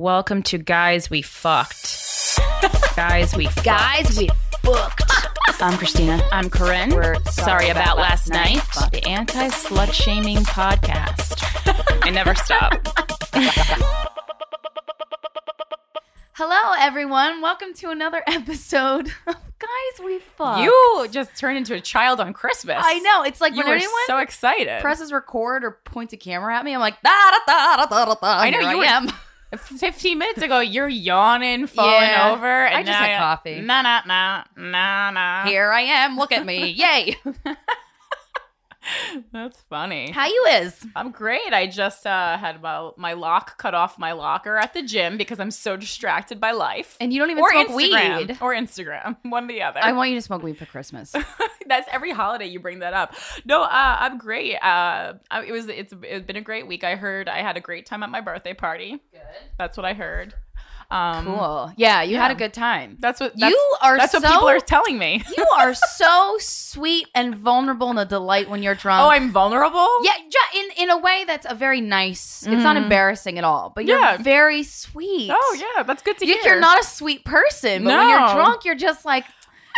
Welcome to Guys We Fucked. Guys We Fucked. Guys, we booked. I'm Christina. I'm Corinne. We're sorry, about, last night. Fuck. The anti slut shaming podcast. I never stop. Hello, everyone. Welcome to another episode of Guys We Fucked. you just turned into a child on Christmas. I know. It's like You when were anyone so excited. presses record or points a camera at me, I'm like, da da da da da da da. I know, Here you were- am. 15 minutes ago, you're yawning, falling Yeah. over. And I just now had you're- coffee. Nah, nah, nah, nah, nah. Here I am. Look at me. Yay. That's funny. How you is? I'm great. I just uh, had my, my lock cut off my locker at the gym because I'm so distracted by life. And you don't even or smoke Instagram, weed. or Instagram, one or the other. I want you to smoke weed for Christmas. That's every holiday you bring that up. No, uh, I'm great. Uh, I- it was it's it's been a great week. I heard I had a great time at my birthday party. Good. That's what I heard. Um, cool. Yeah, you had yeah. a good time. That's what that's, you are that's so what people are telling me. you are so sweet and vulnerable and a delight when you're drunk. oh, I'm vulnerable. Yeah, ju- in in a way that's a very nice. It's not Mhm. embarrassing at all, but Yeah. you're very sweet. Oh yeah, that's good to You, hear. are not a sweet person, but when No. you're drunk, you're just like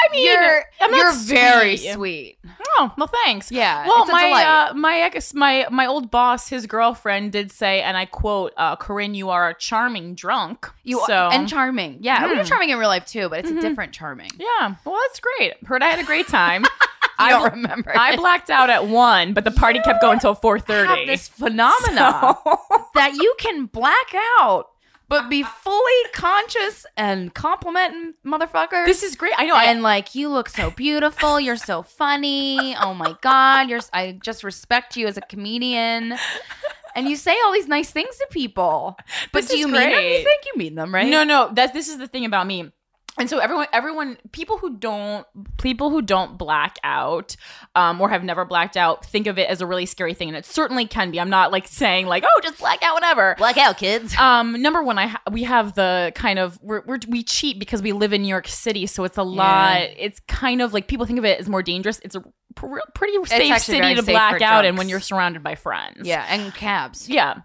I mean, you're I'm not you're very sweet. sweet. Oh well, thanks. Yeah, Well, it's a my delight. uh, my ex, my my old boss, his girlfriend did say, and I quote, uh, "Corinne, you are a charming drunk." You so, are and charming. Yeah, well, you're Mm. charming in real life too, but it's Mhm. a different charming. yeah. Well, that's great. Heard I had a great time. I I don't remember. I it. blacked out at one, but the party kept going till four have thirty. this phenomena that you can black out but be fully conscious and complimenting motherfuckers. this is great. I know. I, and like you look so beautiful you're so funny oh my god you're i just respect you as a comedian and you say all these nice things to people but This do is you mean them great. you think you mean them right No, no. That's this is the thing about me. And so everyone, everyone, people who don't, people who don't black out, um, or have never blacked out, think of it as a really scary thing, and it certainly can be. I'm not like saying like, oh, just black out, whatever. black out kids Um, number one, I ha- we have the kind of we're, we're we cheat because we live in New York City, so it's a lot. It's kind of like people think of it as more dangerous. It's a pr- pretty safe actually city very to safe black for out, and when drunks. you're surrounded by friends, yeah and cabs yeah.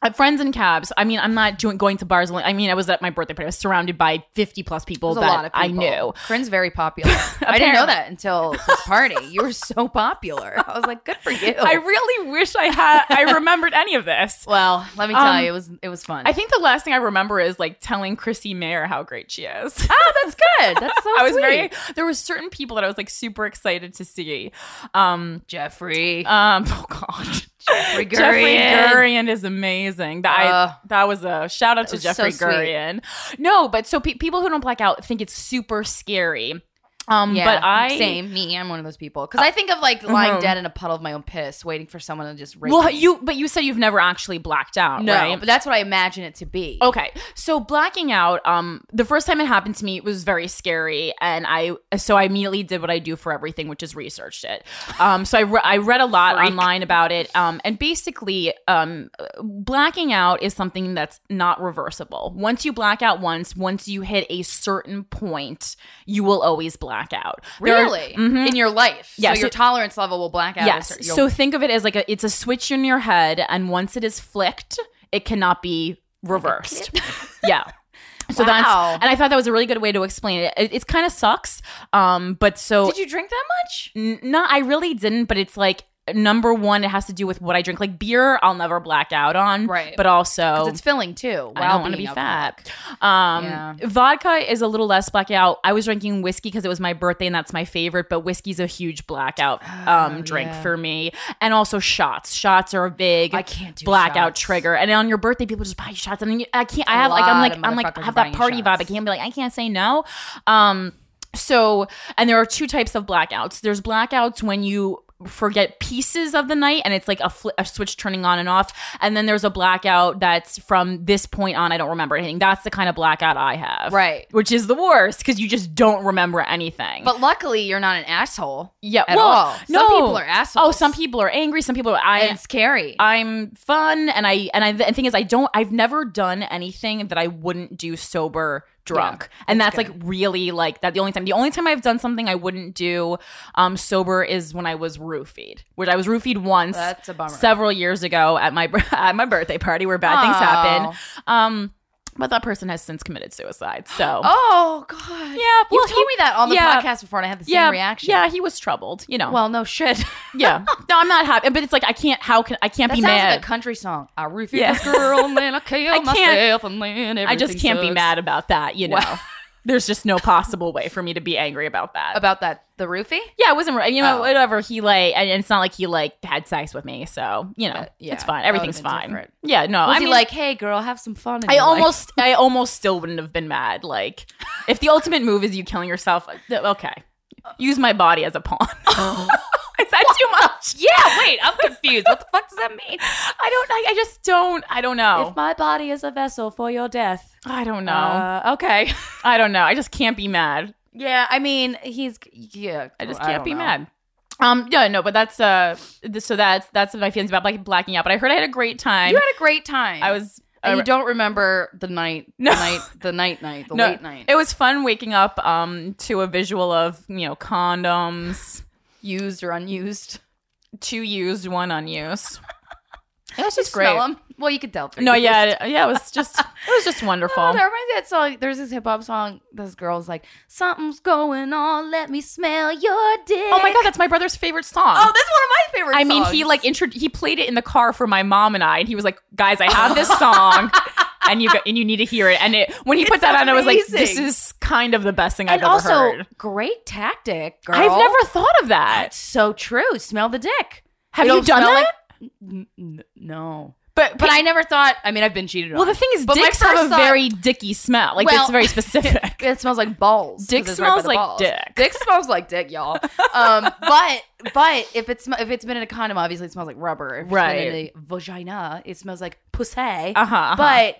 Uh, friends and cabs. I mean, I'm not doing going to bars. alone. I mean, I was at my birthday party. I was surrounded by 50 plus people There's that a lot of people. I knew. Corinne's very popular. I didn't Apparently. know that until this party. You were so popular. I was like, good for you. I really wish I had. I remembered any of this. well, let me tell Um, you, it was it was fun. I think the last thing I remember is like telling Chrissy Mayer how great she is. oh, that's good. That's so I was sweet. very. There were certain people that I was like super excited to see. Um, Jeffrey. um. Oh God. Jeffrey Jeffrey Gurian. Gurian is amazing. That Uh, I, that was a shout out to was so Jeffrey sweet. Gurian. No, but so pe- people who don't black out think it's super scary. Um, Yeah, but I Uh, same me. I'm one of those people because I think of like lying Mhm. dead in a puddle of my own piss, waiting for someone to just rape. Well, me. you but you said you've never actually blacked out, no, right? but that's what I imagine it to be. Okay. So blacking out, um, the first time it happened to me it was very scary, and I so I immediately did what I do for everything, which is researched it. Um, so I re- I read a lot Freak. online about it, um, and basically, um, blacking out is something that's not reversible. Once you black out once, once you hit a certain point, you will always black out. There are- really Mhm. in your life. Yeah, so so- your tolerance level will black out. Yes. Or you'll- So think of it as like a it's a switch in your head, and once it is flicked, it cannot be reversed. yeah. So Wow. that's and I thought that was a really good way to explain it. It, it's kind of sucks, um, but so did you drink that much? n- no, I really didn't. But it's like number one, it has to do with what I drink. Like beer, I'll never black out on, Right. But 'Cause also, It's filling too. Wow, I don't want to be fat. Um, Yeah. Vodka is a little less blackout. I was drinking whiskey because it was my birthday and that's my favorite, but whiskey's a huge blackout um, Oh, drink yeah. for me. And also shots. Shots are a big I can't do blackout shots. trigger. And on your birthday, people just buy you shots. And then you, I can't, I A have like, I'm lot like, of I'm like, motherfuckers I have are that buying you party vibe. I shots. can't be like, I can't say no. Um, so, and there are two types of blackouts. There's blackouts when you forget pieces of the night and it's like a, fl- a switch turning on and off. And then there's a blackout that's from this point on, I don't remember anything. That's the kind of blackout I have. Right. Which is the worst because you just don't remember anything. But luckily, you're not an asshole. yeah, at all. Some No. people are assholes. Oh, some people are angry. Some people are. I, And it's scary. I'm fun and I and I the thing is I don't I've never done anything that I wouldn't do sober drunk. and that's that's like really like that the only time the only time I've done something I wouldn't do um sober is when I was roofied. Which I was roofied once That's a bummer. several years ago at my at my birthday party where bad things Oh. happen. Um But that person has since committed suicide. So Oh God. yeah, You well, told me that on the yeah. podcast before, and I had the same yeah, reaction. yeah, he was troubled. You know, Well, no shit. yeah. No, I'm not happy, but it's like I can't. How can I can't That be sounds mad? like a country song. I refuse Yeah. this girl, and then I kill I can't- myself, and then I just everything can't be sucks. mad about that. You know, Wow. there's just no possible way for me to be angry about that. about that. The roofie. yeah, it wasn't right. You know, Oh. whatever. He like, and it's not like he like had sex with me, so you know, But, Uh, yeah, it's fine. that would've Everything's been fine. different. Yeah, no, Was I he mean, like, hey girl, have some fun? in I your life?" almost, I almost still wouldn't have been mad. Like, if the ultimate move is you killing yourself, like, th- okay, use my body as a pawn. is that too much? Oh. Yeah. Wait, I'm confused. what the fuck does that mean? I don't. I, I just don't. I don't know. If my body is a vessel for your death. I don't know. Uh, okay. I don't know. I just can't be mad. yeah. I mean, he's. Yeah. I just Oh, I can't don't be know. mad. Um, yeah, no, but that's uh, th- so that's that's my feelings about like blacking out. But I heard I had a great time. You had a great time. I was. And you don't remember the night, No. the night, the night, night, the late night. It was fun waking up um to a visual of you know condoms, used or unused. two used, one unused. It was Just just great. smell them. Well, you could tell. No, yeah, it- yeah, it was just it was just wonderful. Oh, that reminds me of that song. There's this hip hop song. This girl's like, "Something's going on. Let me smell your dick." oh my god, that's my brother's favorite song. Oh, that's one of my favorite. I mean, he songs. like intro- he played it in the car for my mom and I, and he was like, "Guys, I have this song." And you go- and you need to hear it. And it when he put It's that on, I was like, "This amazing. is kind of the best thing and I've also ever heard." great tactic, girl. I've never thought of that. That's so true. Smell the dick. Have It'll you done smell that? like- N- n- no, but but I never thought. I mean, I've been cheated well, on. the thing is, But my dicks have first a thought- very dicky smell. Like Well- it's very specific. it smells like balls. 'cause Dick it's right by smells the like balls. dick. Dick smells like dick, y'all. Um, but but if it's if it's been in a condom, obviously it smells like rubber. If It's been in Right. a vagina, it smells like pussy. Uh huh. But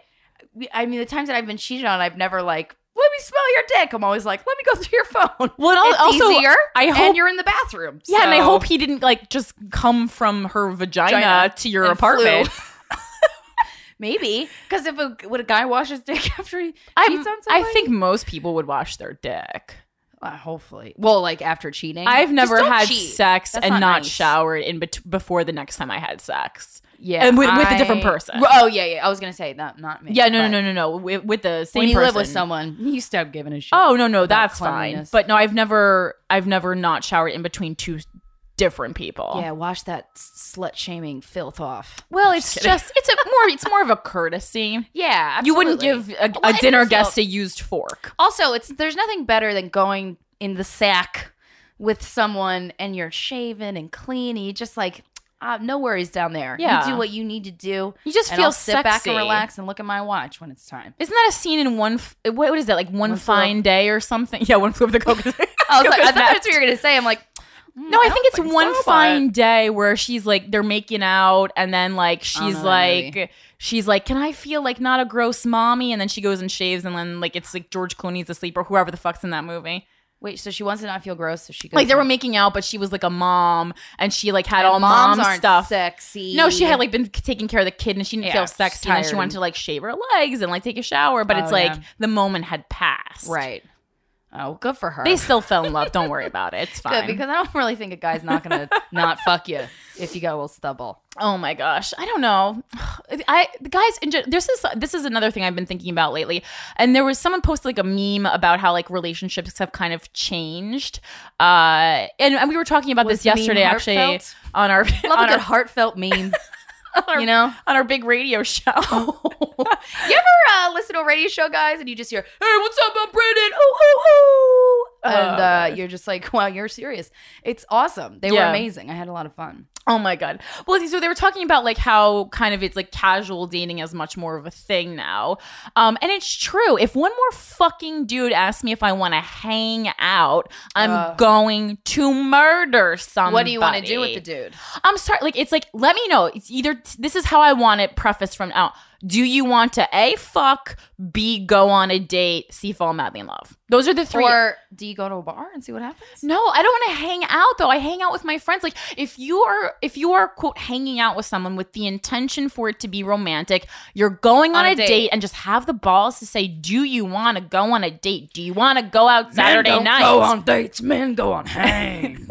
we- I mean, the times that I've been cheated on, I've never like, let me smell your dick. I'm always like, let me go through your phone. well, and al- It's also, easier, I hope- and you're in the bathroom. yeah, and I so- hope he didn't like just come from her vagina, Vagina. to your And flew. apartment. maybe because if a would a guy wash his dick after he I'm- cheats on I somebody, think most people would wash their dick. Uh, hopefully, well, like after cheating, I've Just never don't had cheat. sex That's and not not, nice. showered in bet- before the next time I had sex. Yeah, And with- with a different person. Oh yeah, yeah. I was gonna say that, not me. Yeah, no, but no, no, no, no. With, with the same When you person. live with someone, you stop giving a shit. Oh no, no, about that's fine. cleanliness. But no, I've never, I've never not showered in between two different people. yeah, wash that slut shaming filth off. Well, it's kidding. just, it's a more, it's more of a courtesy. Yeah, You wouldn't give absolutely. a, Well, a and I dinner feel- guest a used fork. Also, it's there's nothing better than going in the sack with someone and you're shaven and clean and you just like ah, no worries down there. Yeah. you do what you need to do. You just and feel I'll sit back and sexy. relax and look at my watch when it's time. Isn't that a scene in one? F- what, what is that? Like one, One Flew- fine day or something? Yeah, one flew over the cuckoo's I was like, I Cuckoo's thought Nest. that's what you were gonna say. I'm like, mm, No, I, don't think it's one so, but- Oh, fine day where she's like they're making out and then like don't she's know that like movie. she's like can I feel like not a gross mommy and then she goes and shaves and then like it's like George Clooney's asleep or whoever the fuck's in that movie. Wait, so she wants to not feel gross, so she goes Like they in. were making out but she was like a mom and she like had And all mom aren't stuff. Sexy. No, she had like been taking care of the kid and she didn't Yeah, feel she's sexy and then she tired wanted and- to like shave her legs and like take a shower but Oh, it's like yeah. the moment had passed. right. Oh, good for her. They still fell in love. Don't worry about it. It's fine. good because I don't really think a guy's not gonna not fuck you if you got a little stubble. Oh my gosh, I don't know. I the guys, in gen- this is this is another thing I've been thinking about lately. And there was someone posted like a meme about how like relationships have kind of changed. Uh, and, and we were talking about this Was the meme yesterday actually heartfelt? on our Love a on good our, heartfelt meme. our- you know, on our big radio show. you ever uh, listen to a radio show, guys, and you just hear, "Hey, what's up, I'm Brandon?" Ooh, ooh, ooh, and uh, Oh. you're just like, "Wow, you're serious." It's awesome. They Yeah. were amazing. I had a lot of fun. Oh my god. Well, so they were talking about like how kind of it's like casual dating is much more of a thing now. Um and it's true. If one more fucking dude asks me if I want to hang out, I'm Ugh. going to murder somebody. What do you want to do with the dude? I'm sorry, like it's like let me know. It's either this is how I want it prefaced from out. Do you want to A fuck, B go on a date, C fall madly in love. Those are the three Or do you go to a bar and see what happens? no, I don't want to hang out though. I hang out with my friends. Like if you are if you are quote hanging out with someone with the intention for it to be romantic, you're going on, a, date. and just have the balls to say, "Do you want to go on a date? Do you want to go out Saturday night?" dates. Men go on hangs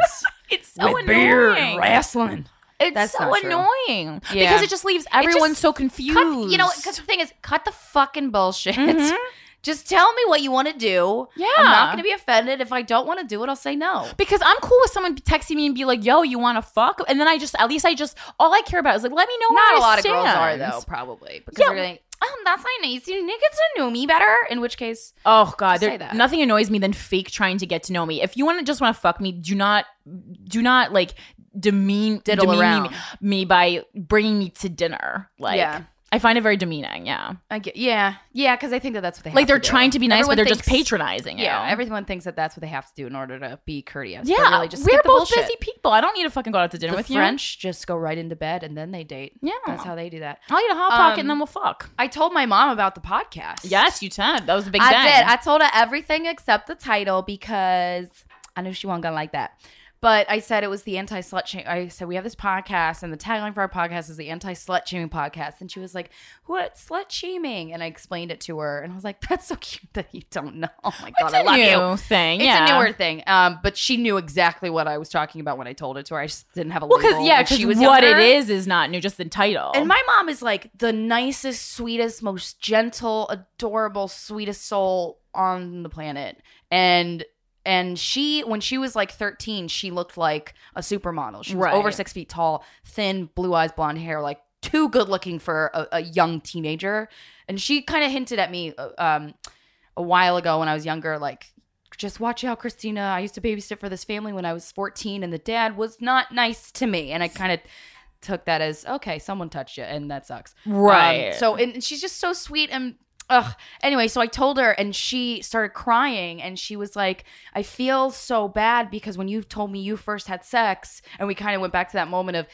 it's so annoying. wrestling. It's That's so not true. annoying Yeah. because it just leaves everyone so confused. Cut, you know, because the thing is, cut the fucking bullshit. Mhm. Just tell me what you want to do. yeah, I'm not going to be offended. If I don't want to do it, I'll say no. because I'm cool with someone texting me and be like, "Yo, you want to fuck?" And then I just, at least I just, all I care about is like, let me know. where Not Oh, I a lot of girls are stand. though, probably because Yeah. they're like, oh, that's not nice. You need to get to know me better. In which case, Oh god, Just say there- that. nothing annoys me than fake trying to get to know me. If you want to just want to fuck me, do not, do not like demean Diddle demean around. me by bringing me to dinner. Like, Yeah. I find it very demeaning. Yeah, I get, yeah, yeah, because I think that that's what they like have they're to do. trying to be nice, Everyone but they're just thinks- patronizing. Yeah, you. everyone thinks that that's what they have to do in order to be courteous. but yeah. really, just we're skip the both bullshit. busy people. I don't need to fucking go out to dinner The with French just go right into bed and then they date. you. Yeah, That's how they do that. I'll eat a hot pocket Um, and then we'll fuck. I told my mom about the podcast. Yes, you did. That was a big I thing. did. I told her everything except the title because I knew she wasn't gonna like that. But I said it was the anti slut shaming. I said we have this podcast, and the tagline for our podcast is the anti slut shaming podcast. And she was like, "What slut shaming?" And I explained it to her, and I was like, "That's so cute that you don't know." Oh my god, it's I a love you. new thing. It's yeah. a newer thing, um, but she knew exactly what I was talking about when I told it to her. I just didn't have a Well, label. because yeah, when because she was what younger. it is is not new. Just the title. And my mom is like the nicest, sweetest, most gentle, adorable, sweetest soul on the planet. And and she when she was like 13, she looked like a supermodel. She was Right. over six feet tall, thin, blue eyes, blonde hair, like too good looking for a, a young teenager. And she kind of hinted at me uh, um, a while ago when I was younger, like, just watch out, Christina. I used to babysit for this family when I was 14, and the dad was not nice to me. And I kind of took that as, okay, someone touched you, and that sucks. Um, right. so, and and she's just so sweet and. Ugh. Anyway, so I told her, and she started crying, and she was like, "I feel so bad because when you told me you first had sex, and we kind of went back to that moment of,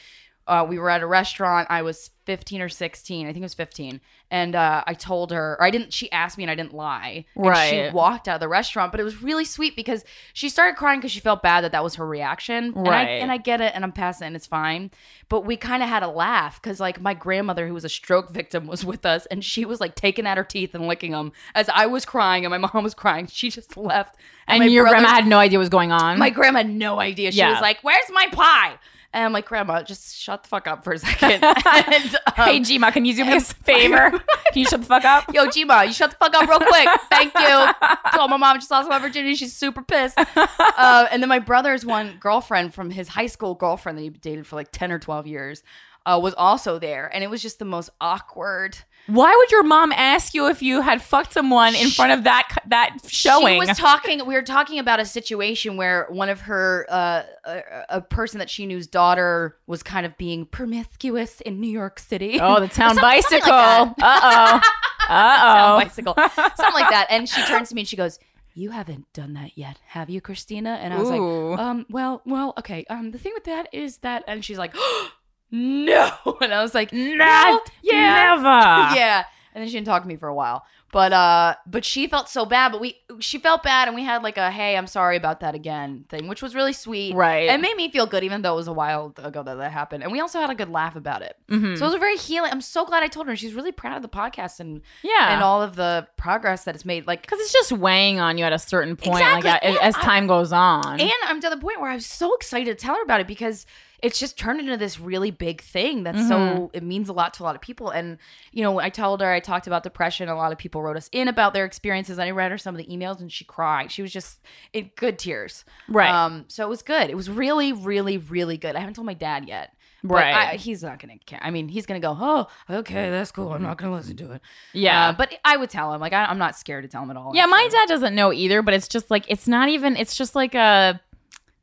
uh, we were at a restaurant. I was 15 or 16. I think it was 15. And uh, I told her, or I didn't, she asked me and I didn't lie. And Right. she walked out of the restaurant, but it was really sweet because she started crying because she felt bad that that was her reaction. And I, Right. and I get it and I'm past it and it's fine. But we kind of had a laugh because like my grandmother who was a stroke victim was with us and she was like taking out her teeth and licking them as I was crying and my mom was crying. She just left. my and your brother- grandma had no idea what was going on. my grandma had no idea. She Yeah. was like, "Where's my pie?" And I'm like, "Grandma, just shut the fuck up for a second. and, um, hey, Gma, can you do me a favor? can you shut the fuck up? yo, Gma, you shut the fuck up real quick. Thank you." Told my mom I just lost my virginity. She's super pissed. Uh, and then my brother's one girlfriend from his high school girlfriend that he dated for like ten or twelve years uh, was also there, and it was just the most awkward. Why would your mom ask you if you had fucked someone in front of that that showing? She was talking. We were talking about a situation where one of her, uh, a, a person that she knew's daughter was kind of being promiscuous in New York City. oh, the town Some- something bicycle. like uh oh. Town Uh oh. bicycle, something like that. And she turns to me and she goes, "You haven't done that yet, have you, Christina?" And I was Ooh. like, "Um, well, well, okay. Um, the thing with that is that," and she's like, "No," and I was like, Not "Well, yeah, never. yeah. And then she didn't talk to me for a while. But uh but she felt so bad, but we she felt bad and we had like a hey, I'm sorry about that again thing, which was really sweet. Right. It made me feel good even though it was a while ago that that happened. And we also had a good laugh about it. Mhm. So it was a very healing. I'm so glad I told her. and She's really proud of the podcast and and yeah. all of the progress that it's made. Like Because it's just weighing on you at a certain point, Exactly. like And a- as I- time goes on. and I'm to the point where I was so excited to tell her about it because it's just turned into this really big thing that's Mm-hmm. so it means a lot to a lot of people. And you know, I told her I talked about depression. A lot of people wrote us in about their experiences. I read her some of the emails and she cried. She was just in good tears. Right. Um, so it was good. It was really, really, really good. I haven't told my dad yet. but Right. I, he's not gonna care. I mean, he's gonna go, Oh, okay, that's cool. I'm not gonna listen to it. yeah. Uh, but I would tell him. Like I, I'm not scared to tell him at all. Yeah, my actually. dad doesn't know either, but it's just like it's not even. It's just like a.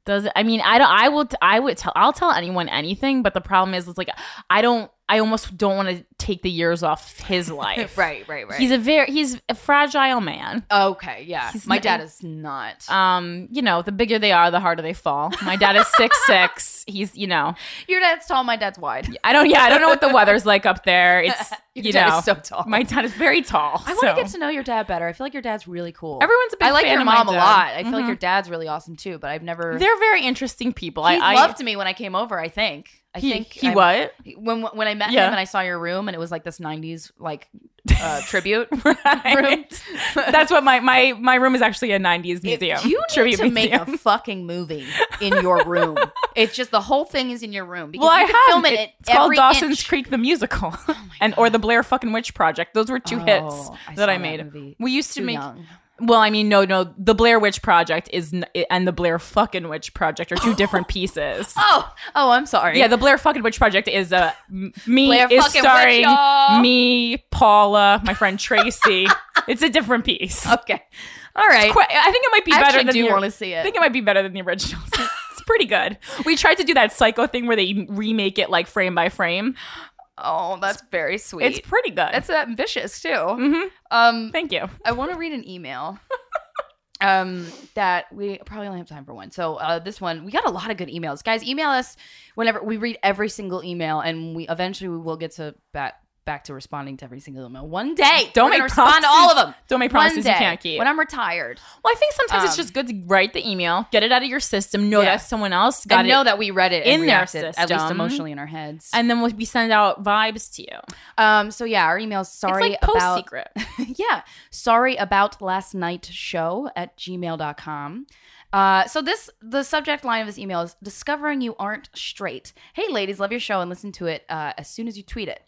Does it, I mean I don't I will t- I would tell I'll tell anyone anything, but the problem is it's like I don't I almost don't want to take the years off his life. Right, right, right. He's a very he's a fragile man. Okay, yeah. He's my not- dad is not. Um, you know, the bigger they are, the harder they fall. My dad is six six. He's you know Your dad's tall, my dad's wide. I don't yeah I don't know what the weather's like up there. It's Your you dad know is so tall. my dad is very tall. I so. want to get to know your dad better. I feel like your dad's really cool. everyone's a big I like fan your of my mom a dad. lot. I feel like Mhm. your dad's really awesome too, but I've never. they're very interesting people. he I, I loved me when I came over. I think I he, think he I- what? when when I met Yeah. him and I saw your room and it was like this '90s like uh, tribute room. Right. That's what my my my room is actually a '90s If museum. You need tribute to make museum. a fucking movie in your room. it's just the whole thing is in your room. Because well, I you have. could film it. it's called every Dawson's inch. Creek the musical, and or the Blair fucking Witch Project. Those were two hits Oh, that saw I made. movie We used to too make. young. Well, I mean, no, no. The Blair Witch Project is n- and the Blair fucking Witch Project are two different pieces. Oh, oh, I'm sorry. Yeah, the Blair fucking Witch Project is uh, m- me Blair is fucking Witch, starring y'all. me, Paula, my friend Tracy. it's a different piece. okay. All right. Qu- I think it might be I better actually than do the, want to see I it. think it might be better than the original. it's pretty good. We tried to do that psycho thing where they remake it like frame by frame. Oh, that's very sweet. It's pretty good. that's uh, ambitious too. hmm Um, Thank you. I want to read an email. Um, that we probably only have time for one. So uh, this one, we got a lot of good emails, guys. Email us whenever we read every single email, and we eventually we will get to back back to responding to every single email one day. Don't We're make gonna respond to promises- all of them. Don't make One promises you day can't keep. when I'm retired, well, I think sometimes it's Um, just good to write the email, get it out of your system, know Yeah. that someone else got and it, know that we read it and in their reacted, at least system. emotionally in our heads. and then we'll, we send out vibes to you. um, so yeah, our emails. Sorry it's like post about secret. yeah. Sorry about last night show at gmail.com. Uh, so this the subject line of this email is discovering you aren't straight. Hey ladies, love your show and listen to it uh, as soon as you tweet it.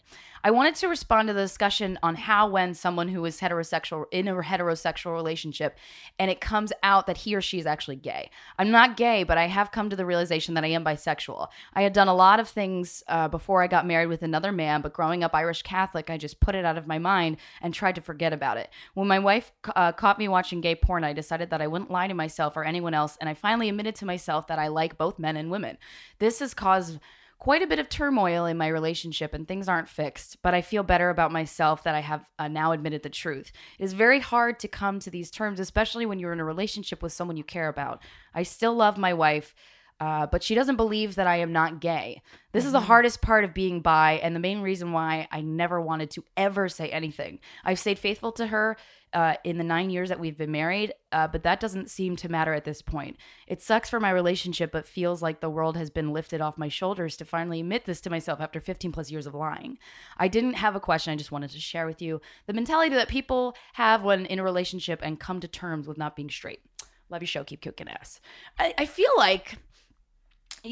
I wanted to respond to the discussion on how when someone who is heterosexual in a heterosexual relationship and it comes out that he or she is actually gay. I'm not gay, but I have come to the realization that I am bisexual. I had done a lot of things uh, before I got married with another man, but growing up Irish Catholic, I just put it out of my mind and tried to forget about it. When my wife ca- uh, caught me watching gay porn, I decided that I wouldn't lie to myself or anyone else, and I finally admitted to myself that I like both men and women. This has caused quite a bit of turmoil in my relationship and things aren't fixed, but I feel better about myself that I have uh, now admitted the truth. It is very hard to come to these terms, especially when you're in a relationship with someone you care about. I still love my wife. Uh, but she doesn't believe that I am not gay. This is the hardest part of being bi, and the main reason why I never wanted to ever say anything. I've stayed faithful to her uh, in the nine years that we've been married, uh, but that doesn't seem to matter at this point. It sucks for my relationship, but feels like the world has been lifted off my shoulders to finally admit this to myself after 15 plus years of lying. I didn't have a question, I just wanted to share with you the mentality that people have when in a relationship and come to terms with not being straight. Love your show, keep kicking ass. I, I feel like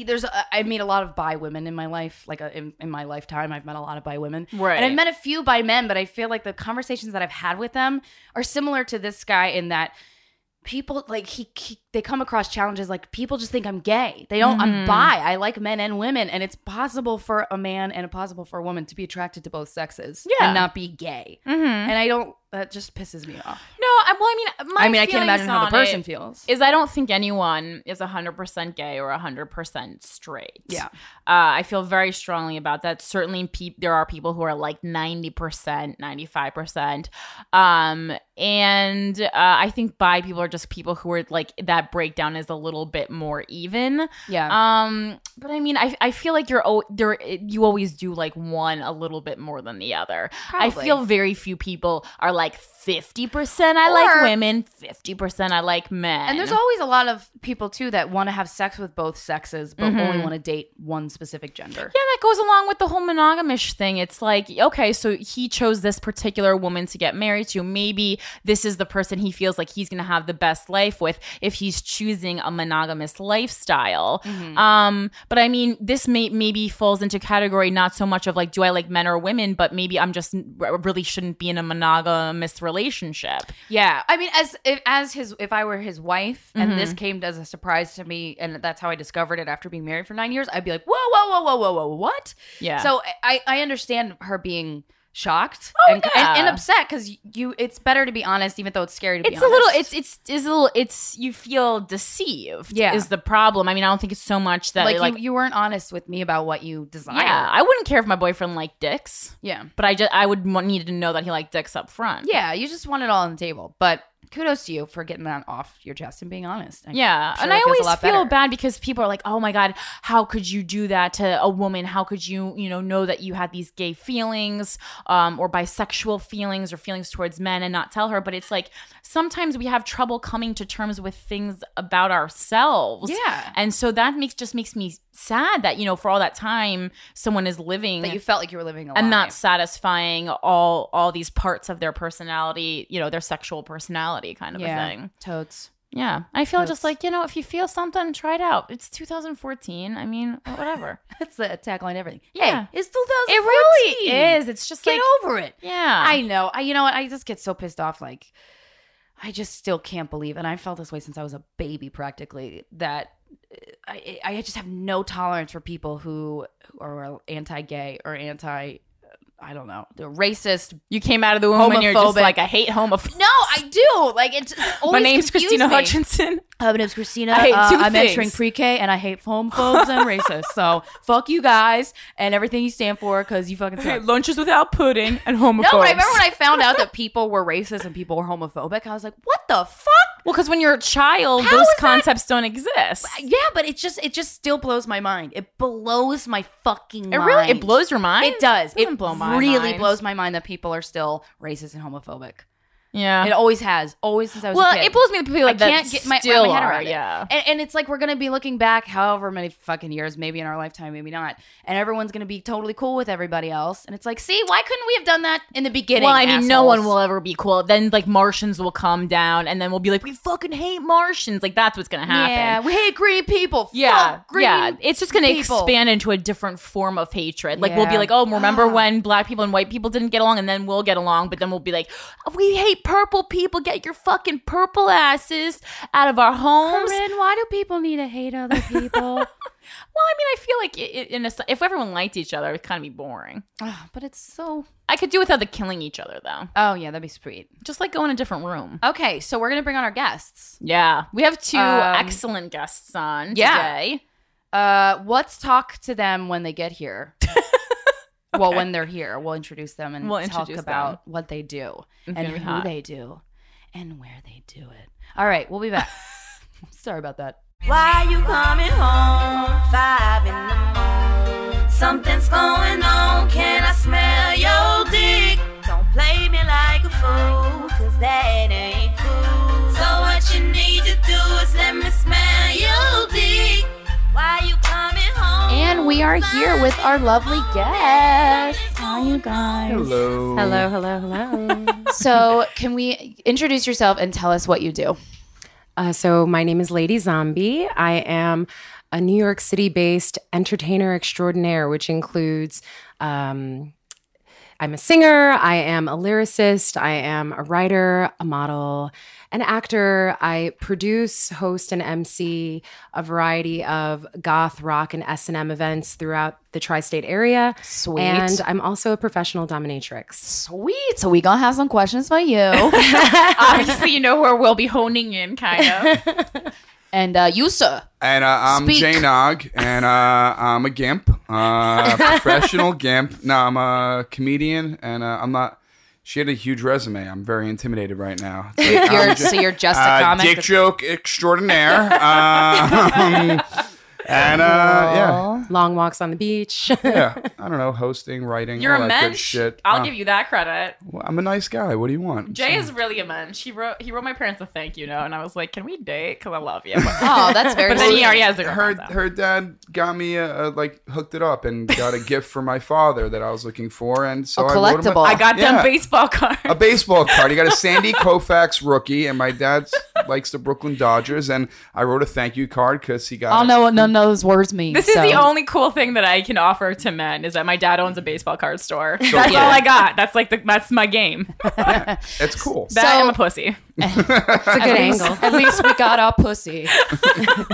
there's a, I meet a lot of bi women in my life, like uh in, in my lifetime, I've met a lot of bi women. Right. And I've met a few by men, but I feel like the conversations that I've had with them are similar to this guy in that people like he, he they come across challenges like people just think I'm gay. They don't I'm Mhm. bi. I like men and women and it's possible for a man and possible for a woman to be attracted to both sexes Yeah. and not be gay. Mhm. And I don't that just pisses me off. No, I, well, I mean, my Mm-hmm. I mean, I can't feelings imagine how the on person it feels. is I don't think anyone is 100% gay or 100% straight. Yeah. Uh, I feel very strongly about that. Certainly, peop there are people who are like 90%, 95%. Um, and uh, I think bi people are just people who are like, that breakdown is a little bit more even. yeah. Um, but I mean, I, I feel like you're al- there. You always do like one a little bit more than the other. I Probably. feel very few people are like fifty percent. I like Or- women. Fifty percent I like men. and there's always a lot of people too that want to have sex with both sexes but only Mm-hmm. want to date one specific gender. yeah, that goes along with the whole monogamish thing. It's like okay, so he chose this particular woman to get married to. Maybe this is the person he feels like he's gonna have the best life with if he's choosing a monogamous lifestyle. Mhm. Um, but I mean, this may maybe falls into category not so much of like, do I like men or women, but maybe I'm just r- really shouldn't be in a monogamous relationship. Yeah, I mean, as if, as his, if I were his wife, and Mm-hmm. this came as a surprise to me, and that's how I discovered it after being married for nine years, I'd be like, whoa, whoa, whoa, whoa, whoa, whoa, what? Yeah. So I, I understand her being shocked Oh, and, yeah. and, and upset because you, it's better to be honest, even though it's scary to be. it's a little. honest. It's it's it's a little. It's you feel deceived. Yeah. is the problem. I mean, I don't think it's so much that like, like. you, you weren't honest with me about what you desired. yeah, I wouldn't care if my boyfriend liked dicks, yeah, but I just I would want, needed to know that he liked dicks up front. yeah. You just want it all on the table, but kudos to you for getting that off your chest and being honest. I- Yeah. sure and it I feels a always lot feel better. bad because people are like, oh my God, how could you do that to a woman? How could you, you know, know that you had these gay feelings um, or bisexual feelings or feelings towards men and not tell her? But it's like sometimes we have trouble coming to terms with things about ourselves. Yeah. And so that makes just makes me sad that, you know, for all that time someone is living That you felt like you were living a and lie. not satisfying all all these parts of their personality, you know, their sexual personality kind of yeah. a thing. Totes. Yeah. I feel That's- just like, you know, if you feel something, try it out. It's 2014. I mean, whatever. That's the tagline. Everything. Yeah. Hey, it's 2014. it really is. It's just Get like over it. Yeah. I know. I, you know what? I just get so pissed off. Like, I just still can't believe, and I felt this way since I was a baby, practically. That uh, I, I just have no tolerance for people who, who are anti-gay or anti, uh, I don't know, they're racist. you came out of the womb and you're just Homophobic. like I hate homophobes. No, I do. Like, it's My name's Christina Hutchins. Hutchinson. Uh, my name's Christina. I hate Uh, two I'm things. entering pre-K, and I hate homophobes and racists. So fuck you guys and everything you stand for, because you fucking suck. lunches without pudding and homophobes. No, but I remember when I found out that people were racist and people were homophobic. I was like, "What the fuck?" well, because when you're a child, How those is that- concepts don't exist. Yeah, but it just it just still blows my mind. It blows my fucking. It really mind. it blows your mind. It does. It, doesn't blow my really mind. blows my mind that people are still racist and homophobic. Yeah. It always has, always since I was. a well, kid. it blows me that people like I that can't get my, wrap still my head are, around it. Yeah. And, and it's like we're gonna be looking back however many fucking years, maybe in our lifetime, maybe not. And everyone's gonna be totally cool with everybody else. And it's like, see, why couldn't we have done that in the beginning? Well, I mean, no one assholes? will ever be cool. Then, like, Martians will come down, and then we'll be like, we fucking hate Martians. Like, that's what's going to happen. Yeah, we hate green people. Yeah, Fuck green yeah. It's just going to people. expand into a different form of hatred. Like we'll be Yeah. Ah. like, oh, remember when black people and white people didn't get along, and then we'll get along. But then we'll be like, we hate purple people. Get your fucking purple asses out of our homes. Corinne, why do people need to hate other people? Well, I mean, I feel like i i in a, s- if everyone liked each other, it'd kind of be boring. Ugh, Ah, but it's so. I could do without the killing each other, though. Oh yeah, that'd be sweet. Just like go in a different room. Okay, so we're gonna bring on our guests. Yeah, we have two Um, excellent guests on yeah. today. Uh, let's talk to them when they get here. Well, when they're here, we'll introduce them and We'll talk introduce about what they do It's and gonna be who hot. they do and where they do it. All right, we'll be back. Sorry about that. Why you coming home? Five in the morning. Something's going on. Can I smell your dick? Don't play me like a fool, cause that ain't cool. So what you need to do is let me smell your dick. Why you coming home? And we are here with our lovely guest. How are you guys? Hello. Hello, hello, hello. So, can we introduce yourself and tell us what you do? uh, so, my name is Lady Zombie. I am a New York City based entertainer extraordinaire, which includes um, I'm a singer, I am a lyricist, I am a writer, a model, an actor. I produce, host, and MC a variety of goth, rock, and S&M events throughout the tri state area. Sweet. And I'm also a professional dominatrix. Sweet. So we gonna have some questions for you. Obviously, you know where we'll be honing in, kind of. and uh, you, sir. And uh, I'm Speak. Jay Nog, and uh, I'm a gimp, uh, professional gimp. No, I'm a comedian, and uh, I'm not. She had a huge resume. I'm very intimidated right now. It's like, I'm You're, just- so you're just a uh, comic. dick joke extraordinaire. Um, and uh, Long walks on the beach. yeah, yeah. I don't know, hosting, writing, You're all a Oh, that good mensch. shit. I'll Uh, give you that credit. well, I'm a nice guy. What do you want? Jay is really a mensch. He wrote he wrote my parents a thank you note, and I was like, "Can we date? Because I love you." But Oh, that's very. then he sweet. already has a her girlfriend. though. her dad got me uh, uh, like hooked it up and got a gift for my father that I was looking for, and so A I wrote him collectible. I got them Yeah. baseball cards. a, a baseball card. He got a Sandy Koufax rookie, and my dad likes the Brooklyn Dodgers, and I wrote a thank you card because he got. I don't know what none of those words mean. this so. is the only cool thing that I can offer to men is that my dad owns a baseball card store. So that's cool. all I got. That's like the, that's my game. That It's cool. I'm a pussy. It's a good angle. At least we got our pussy.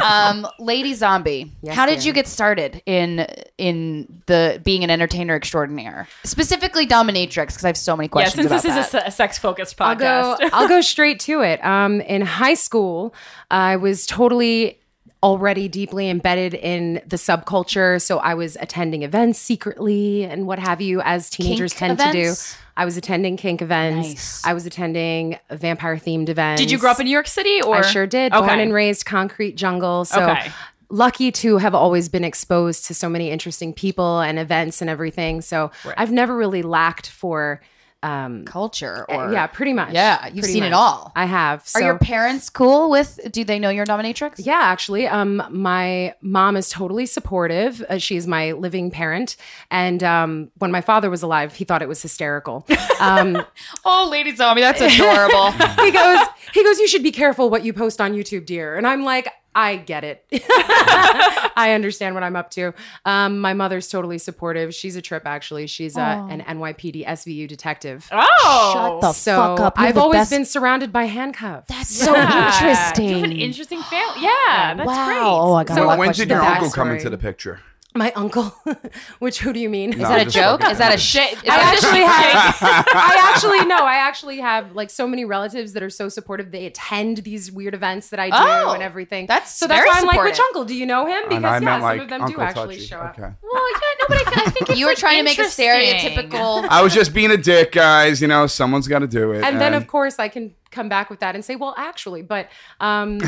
um, Lady Zombie, Yes, how did dear. you get started in in the being an entertainer extraordinaire, specifically dominatrix? Because I have so many Yeah, questions. since this about is a that. se- a sex focused I'll podcast, go. I'll go straight to it. Um, in high school, I was totally already deeply embedded in the subculture. So I was attending events secretly and what have you, as teenagers Kink tend to events? do. I was attending kink events. Nice. I was attending vampire themed events. Did you grow up in New York City or I sure did. Okay. Born and raised concrete jungle. So Okay. lucky to have always been exposed to so many interesting people and events and everything. So I've never really lacked for um culture or yeah, pretty much. Eh, Yeah, you've Pretty seen it much. all. I have. Are so- your parents cool with? Do they know you're a dominatrix? yeah, actually, um, my mom is totally supportive. Uh, she is my living parent, and um, when my father was alive, he thought it was hysterical. Um, Oh, ladies, zombie, that's adorable. he goes, he goes, you should be careful what you post on YouTube, dear. And I'm like, I get it. I understand what I'm up to. Um, my mother's totally supportive. She's a trip, actually. She's uh an NYPD SVU detective. Oh, Shut the so fuck up. You're I've the always best- been surrounded by handcuffs. That's so interesting. You have an interesting family. Yeah, that's wow. great. Oh, I got So a lot of when questions did your about uncle that come story. into the picture? my uncle. Which who do you mean? No, Is that a just joke? fucking Is that a kidding. shit? I actually have. I actually no. I actually have like so many relatives that are so supportive. They attend these weird events that I do Oh, and everything. that's so that's very why I'm like, supportive. which uncle do you know him? Because and I yeah, meant some like of them Uncle do actually Touchy. show up. Okay. Well, yeah, no, but I, I think it's you were like, trying to make a interesting. stereotypical. I was just being a dick, guys. You know, someone's got to do it. And, then um, of course I can come back with that and say, well, actually, but um.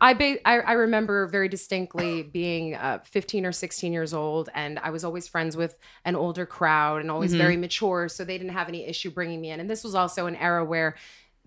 I, ba- I I remember very distinctly being uh, 15 or 16 years old, and I was always friends with an older crowd and always very Mm-hmm. mature, so they didn't have any issue bringing me in. And this was also an era where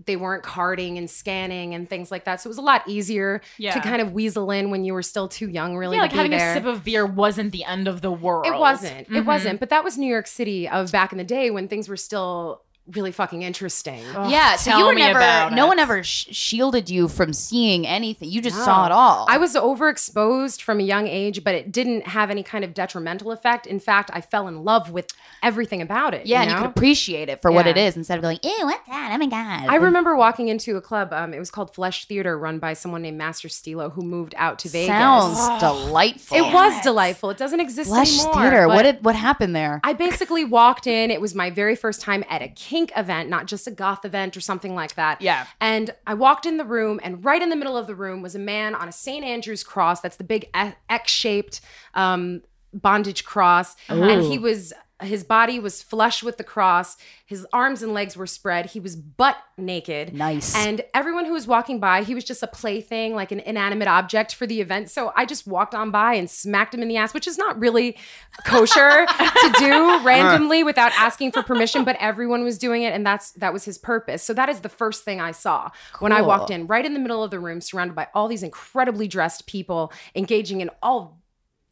they weren't carding and scanning and things like that, so it was a lot easier Yeah. to kind of weasel in when you were still too young, really. Yeah, to like be having there. a sip of beer wasn't the end of the world. Mm-hmm. It wasn't. It wasn't. But that was New York City of back in the day when things were still really fucking interesting. yeah, so tell you were me never. about No it. one ever sh- shielded you from seeing anything. You just No. saw it all. I was overexposed from a young age, but it didn't have any kind of detrimental effect. In fact, I fell in love with everything about it. Yeah, you and you know? could appreciate it for what Yeah. it is instead of going, ew, what's that? Oh my god. I remember walking into a club. Um, it was called Flesh Theater, run by someone named Master Stilo, who moved out to Vegas. Sounds delightful. it was delightful. It doesn't exist Flesh anymore. theater. but- What did what happened there? I basically walked in. It was my very first time at a kink event, not just a goth event or something like that. Yeah. And I walked in the room, and right in the middle of the room was a man on a St. Andrew's cross. That's the big X shaped um, bondage cross. And he was. His body was flush with the cross. His arms and legs were spread. He was butt naked. Nice. And everyone who was walking by, he was just a plaything, like an inanimate object for the event. So I just walked on by and smacked him in the ass, which is not really kosher to do randomly without asking for permission, but everyone was doing it and that's that was his purpose. So that is the first thing I saw when I walked in, right in the middle of the room surrounded by all these incredibly dressed people engaging in all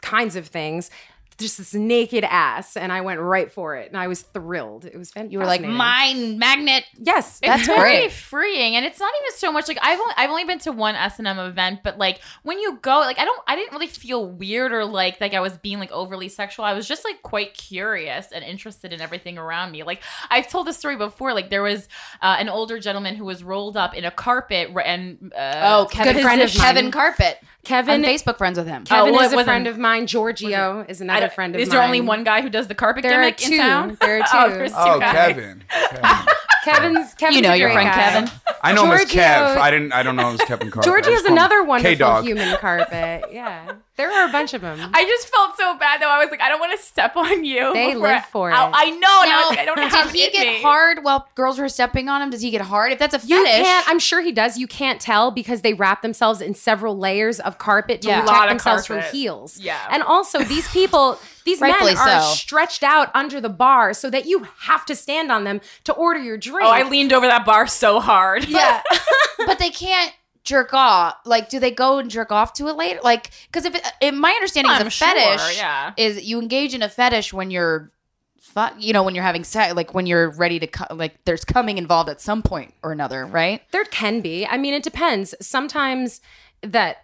kinds of things. Just this naked ass, and I went right for it, and I was thrilled. It was fantastic. you were like mine magnet. yes, That's it's very great. freeing and it's not even so much like I've only, I've only been to one S&M event but like when you go like I don't I didn't really feel weird or like like I was being like overly sexual I was just like quite curious and interested in everything around me like I've told this story before like there was uh, an older gentleman who was rolled up in a carpet r- and uh, Oh, Kevin, Good friend of mine. Kevin Carpet. Kevin. I'm Facebook friends with him. Kevin Oh, well, is it a wasn't- friend of mine. Giorgio is I another don't- friend of is mine. there only one guy who does the carpet There are gimmick two. in town There are Oh, two. there's two oh, guys. Kevin. Kevin. Kevin's, Kevin's you know a your great friend guy. Kevin. I know him as Giorgio- Kev. I didn't. I don't know him as Kevin Carter. I Georgie just is call him another wonderful K-Dog. human carpet. Yeah, there are a bunch of them. I just felt so bad though. I was like, I don't want to step on you. They before live for I, it. I know. and I was like, Oh, I don't Now, have did he it in get me. hard while girls were stepping on him? Does he get hard? If that's a you fetish, can't. I'm sure he does. You can't tell because they wrap themselves in several layers of carpet to Yeah. Lot protect of themselves from carpet. heels. Yeah. and also these people, these men Rightfully are so. stretched out under the bar so that you have to stand on them to order your drink. Oh, I leaned over that bar so hard. yeah, but they can't jerk off. Like, do they go and jerk off to it later? Like, because if it, in my understanding I'm is a sure, fetish, yeah. is you engage in a fetish when you're, fuck, you know, when you're having sex, like when you're ready to, co- like, there's coming involved at some point or another, right? There can be. I mean, it depends. Sometimes that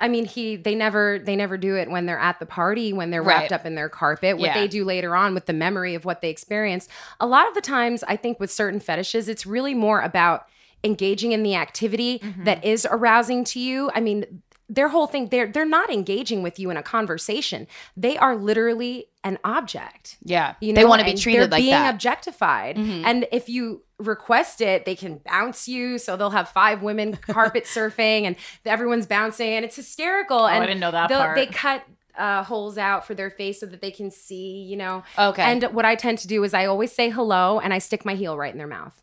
I mean, he they never they never do it when they're at the party when they're Right. wrapped up in their carpet. What Yeah. they do later on with the memory of what they experienced. A lot of the times, I think with certain fetishes, it's really more about engaging in the activity Mm-hmm. that is arousing to you. I mean, their whole thing they're they're not engaging with you in a conversation. They are literally an object. Yeah. You know, they want to be and treated they're like being that. objectified. And if you request it, they can bounce you. So they'll have five women carpet surfing, and everyone's bouncing, and it's hysterical. and I didn't know that they'll- part. They cut uh, holes out for their face so that they can see. You know. Oh, Okay. And what I tend to do is I always say hello, and I stick my heel right in their mouth.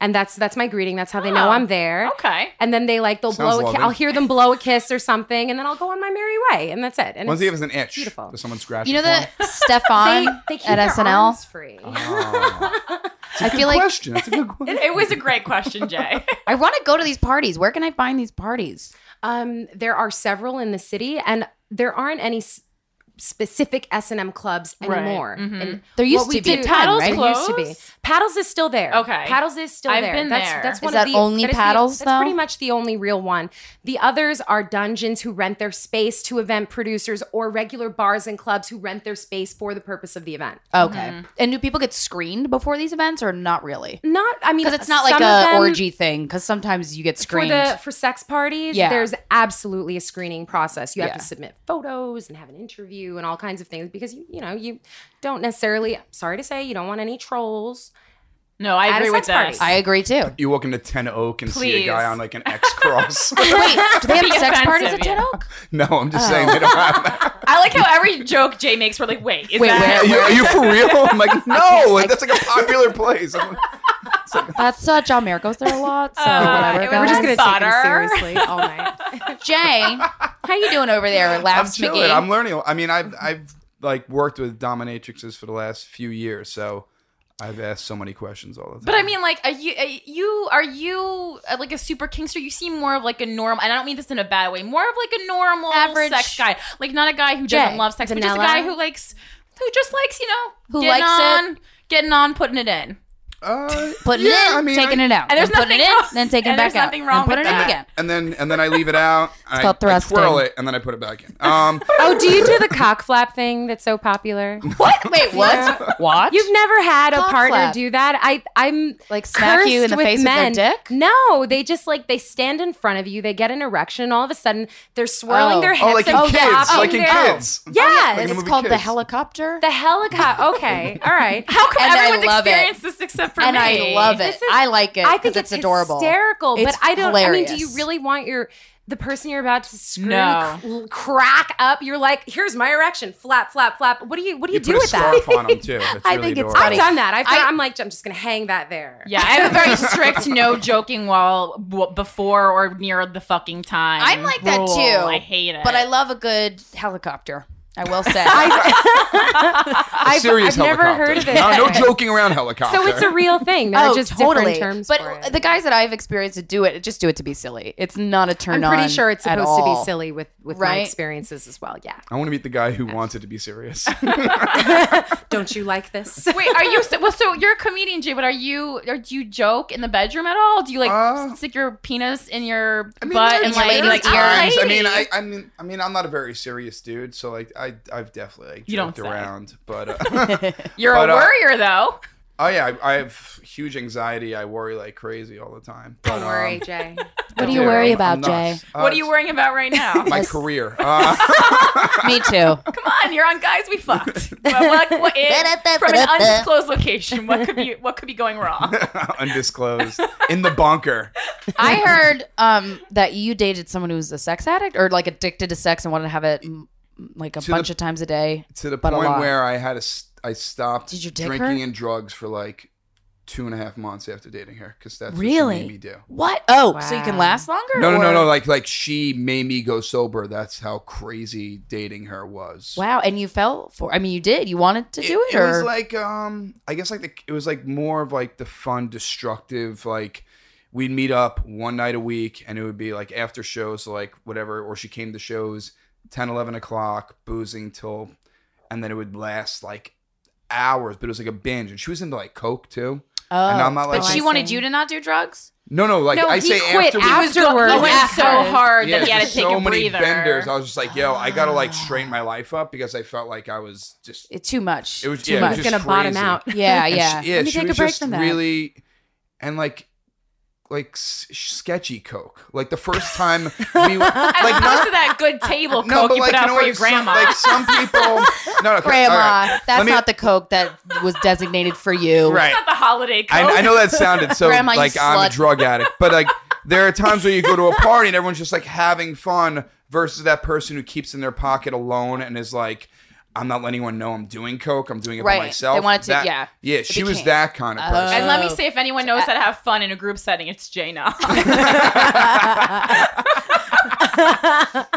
And that's that's my greeting. That's how they know Oh, I'm there. okay. And then they like they'll Sounds blow. A ki- loving. I'll hear them blow a kiss or something, and then I'll go on my merry way, and that's it. And Once he it's- has an itch, beautiful. does someone scratch you know it for him? that Stefan at their SNL? arms free. I feel like question. That's a good question. It was a great question, Jay. I want to go to these parties. Where can I find these parties? Um, there are several in the city, and there aren't any s- specific S and M clubs Right. Mm-hmm. anymore. And There used what we to be a do- ton, Paddles right? closed? There used to be. Paddles is still there. Okay. Paddles is still I've there. been that's, there. That's Is one that of the only that is the- Paddles, That's pretty though? much the only real one. The others are dungeons who rent their space to event producers or regular bars and clubs who rent their space for the purpose of the event. Okay. Mm-hmm. And do people get screened before these events or not really? Not, I mean, uh, Because it's not like some of a them- orgy thing. Because sometimes you get for screened. the for sex parties Yeah. there's absolutely a screening process you have Yeah. to submit photos and have an interview and all kinds of things because you you know you don't necessarily sorry to say you don't want any trolls No, I At a agree with sex party. this. I agree too. You walk into Ten Oak and see a guy Please. on like an X cross. Wait, do they have Be sex parties at offensive, Ted yeah. Oak? no, I'm just saying they don't have that. I like how every joke Jay makes, we're like, wait, is Wait, that? Are you, are you for real? I'm like, no, that's like a popular place. I'm like, That's uh, John Mirko goes there a lot. So Uh, whatever. it we're was just gonna take them Butter. seriously all night Jay, how you doing over there, I'm Labs chilling. McGee? I'm learning. I mean, I've I've like worked with dominatrixes for the last few years, so I've asked so many questions all the time. But I mean, like, are you, are you are you uh, like a super kingster? You seem more of like a normal, and I don't mean this in a bad way. More of like a normal Average- sex guy, like not a guy who Jay, doesn't love sex, but just a vanilla. guy who likes, who just likes, you know, Who getting likes it. on, getting on, putting it in. uh, putting it yeah, in, I mean, taking I- it out, And there's then putting it nothing in, wrong- then taking it and back there's out, nothing wrong and putting with it in that. again. And then and then I leave it out. I, called I thrusting. twirl it and then I put it back in. Um, oh do you do the cock flap thing that's so popular What? Wait, what? What? You've never had Cock a partner flap. do that. I I'm Like smack you cursed in the face with their men. dick? No, they just like they stand in front of you. They get an erection. And all of a sudden, they're swirling Oh. their hips oh, like in and kids, flapping like in their- Oh, kids. Yeah, Like in it's movie called the Kids. helicopter. The helicopter. Okay, all right. How come And I everyone's love it. experienced this except for and me? I love it. This is- I like it. I think 'cause it's, it's, adorable. hysterical, It's but I don't. I mean, do you hilarious. really want your the person you're about to screw No. cl- crack up? You're like, here's my erection, flap, flap, flap. What do you What do you, You do put a with that? scarf on them too. It's I really think it's adorable. I've funny. done that. I've done, I- I'm like, I'm just gonna hang that there. Yeah, I have a very strict no joking while w- before or near the fucking time. I'm like that rule. too. I hate it. But I love a good helicopter. I will say. A I've, serious I've never helicopter. heard of it. No, no joking around helicopter. So it's a real thing. There are just different terms Oh, but for it. the guys that I've experienced to do it, just do it to be silly. It's not a I'm turn on. pretty sure it's at supposed to be all. silly with with Right? my experiences as well. Yeah. I want to meet the guy who wants it to be serious. Don't you like this? Wait, are you so- well? So you're a comedian, Jay. But are you? Are, do you joke in the bedroom at all? Do you like Uh, stick your penis in your I mean, butt there's and like, lady's like ears. "Oh, I mean, I, lady." I mean, I mean, I'm not a very serious dude, so like, I, I've definitely like, You don't joked say. around, but uh, you're but, a uh, worrier though. oh yeah, I, I have huge anxiety. I worry like crazy all the time. But, Don't worry, um, Jay. What do I you worry I'm- I'm about, nuts. Uh, what are you worrying about right now? My Yes. career. Uh, Me too. Come on, you're on guys we fucked. But what, what, it, from an undisclosed location, what could be what could be going wrong? undisclosed in the bunker. I heard um, that you dated someone who was a sex addict or like addicted to sex and wanted to have it mm, like a To the- bunch of times a day. to the But a point lot. where I had a s- I stopped Did your dick drinking hurt? and drugs for like two and a half months after dating her because that's what Really? she made me do. What? Oh, so you Wow. can last longer? No, no, no, or- no. Like, like she made me go sober. That's how crazy dating her was. Wow, and you fell for? I mean, you did. You wanted to It, do it, it or was like, um, I guess like the, it was like more of like the fun, destructive, like we'd meet up one night a week and it would be like after shows, like whatever, or she came to shows 10, 11 o'clock, boozing till, and then it would last like hours, but it was like a binge. And she was into like Coke too. oh, and I'm not like- but Oh, she I wanted see. you to not do drugs. No, no, like No, I he say quit after we afterwards. He went so Afterwards. hard yeah, that he had to there's take so a many breather. benders. I was just like, yo, I gotta like Ah. straighten my life up because I felt like I was just It, too much. it was too yeah, much. it was Gonna just bottom crazy. out. yeah, And yeah. she, yeah, Let me she take was a break just from that. really and like like s- sketchy coke. Like the first time we like not Most of that good table coke you put you out for know what, your some- grandma. like some people, no, no, okay, all Grandma, right. that's Let me- not the Coke that was designated for you. right. not the holiday coke. I, I know that sounded so Grandma, you like I'm a slut. drug addict, but like there are times where you go to a party and everyone's just like having fun versus that person who keeps in their pocket alone and is like, I'm not letting anyone know I'm doing coke. I'm doing it Right. by myself. They Oh. wanted to- That- yeah. yeah. She was that kind of person. and let me say, if anyone knows how to have fun in a group setting, it's Jay now. You got an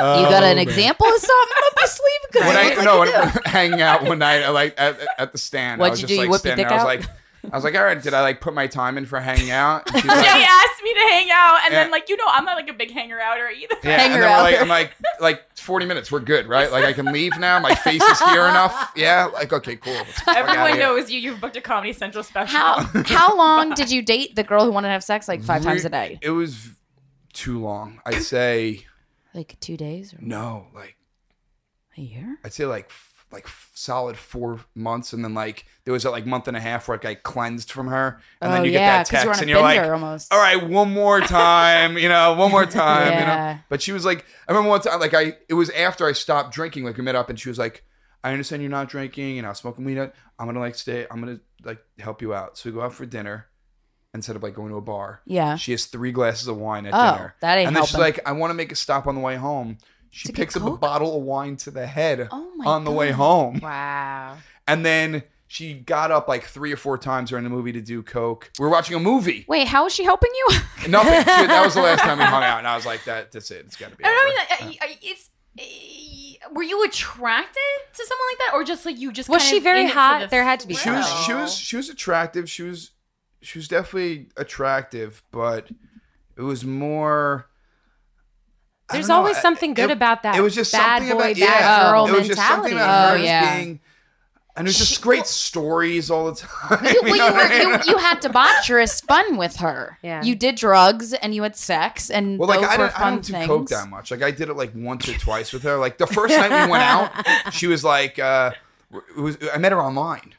Oh, man. example of something up your sleeve? 'Cause when it I looks like no, you when, do. hanging out one night, I like at, at- at the stand. I What'd was you just do? You like whipped your dick standing there. I out? was like, I was like, all right, did I like put my time in for hanging out? And Jay she's like, asked me to hang out, and then Yeah. like you know, I'm not like a big hanger outer either. Yeah, Hang her and then out we're like, there. I'm like, like 40 minutes, we're good, right? Like I can leave now. My face is here enough. Yeah, like okay, cool. Let's fuck outta Everyone here. knows you. You've booked a Comedy Central special. How how long did you date the girl who wanted to have sex like five times a day? It was too long. I'd say Like two days or no, like a year? I'd say like f- like f- solid four months, and then like there was that like month and a half where like, I cleansed from her, and Oh, then you yeah, get 'cause you're on that text, a and you're like, bender almost. all right, one more time, you know, one more time, Yeah. you know. But she was like, I remember one time, like I, it was after I stopped drinking, like we met up, and she was like, I understand you're not drinking, and I was smoking weed. I'm gonna like stay, I'm gonna like help you out. So we go out for dinner instead of like going to a bar. Yeah. She has three glasses of wine at Uh-huh. Oh, dinner. that ain't And then she's helping. like, I want to make a stop on the way home. She To get picks up a Coke? bottle of wine to the head Oh my on the way God. home. Wow. And then she got up like three or four times during the movie to do Coke. We were watching a movie. Wait, how is she helping you? Nothing. She- that was the last time we hung out, and I was like, "That, that's it. It's got to be." over. I don't mean, uh, y- uh, it's. uh, Were you attracted to someone like that, or just like you just Was kind she of very in it for hot? the There had to be she thrill? was, Wow. she was, she was attractive. She was, she was definitely attractive, but it was more. I There's don't know. always I- something good it- about that It was just bad something boy, about bad yeah. girl it was just something Oh, mentality. about her just yeah. being. And it was just great stories all the time. you, well, know you, what I were, you, mean? you had debaucherous fun with her. Yeah. You did drugs and you had sex and Well, like those I were don't, fun I don't do things. coke that much. Like I did it like once or twice with her. Like the first night we went out, she was like, uh, it was, I met her online,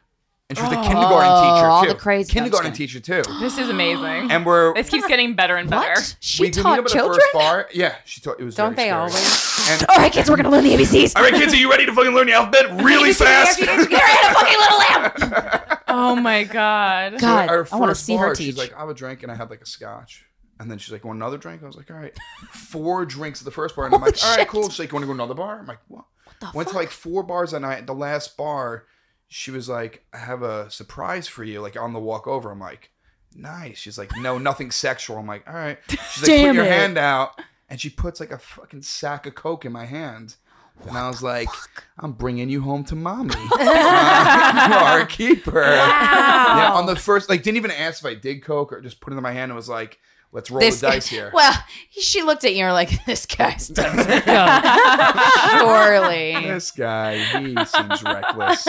and she was a kindergarten teacher too. Oh, all the crazy- I'm just kindergarten teacher too. This is amazing. And we're This keeps getting better and better. What? She we could meet taught up at children? the first bar. Yeah, she taught. It was Don't very they scary. always? And, All right, kids, we're going to learn the ABCs. all right, kids, are you ready to fucking learn the alphabet really fast? Oh my god. God, Our I want to first see her bar, teach. She's like, I have a drink and I had like a scotch. And then she's like, want another drink? I was like, all right. Four drinks at the first bar. And I'm Holy like, all right, shit. cool. She's like, you want to go to another bar? I'm like, what? Went to like four bars that night. At the last bar, she was like, I have a surprise for you. Like on the walk over, I'm like, nice. She's like, no, nothing sexual. I'm like, all right. She's like, put your hand out. And she puts like a fucking sack of Coke in my hand. and I was like, I'm bringing you home to mommy. Uh, you are a keeper. Yeah, on the first, like, didn't even ask if I did Coke or just put it in my hand and was like, let's roll This- the dice here. Well, she looked at you and were like, this guy's done something. Surely. this guy, he seems reckless.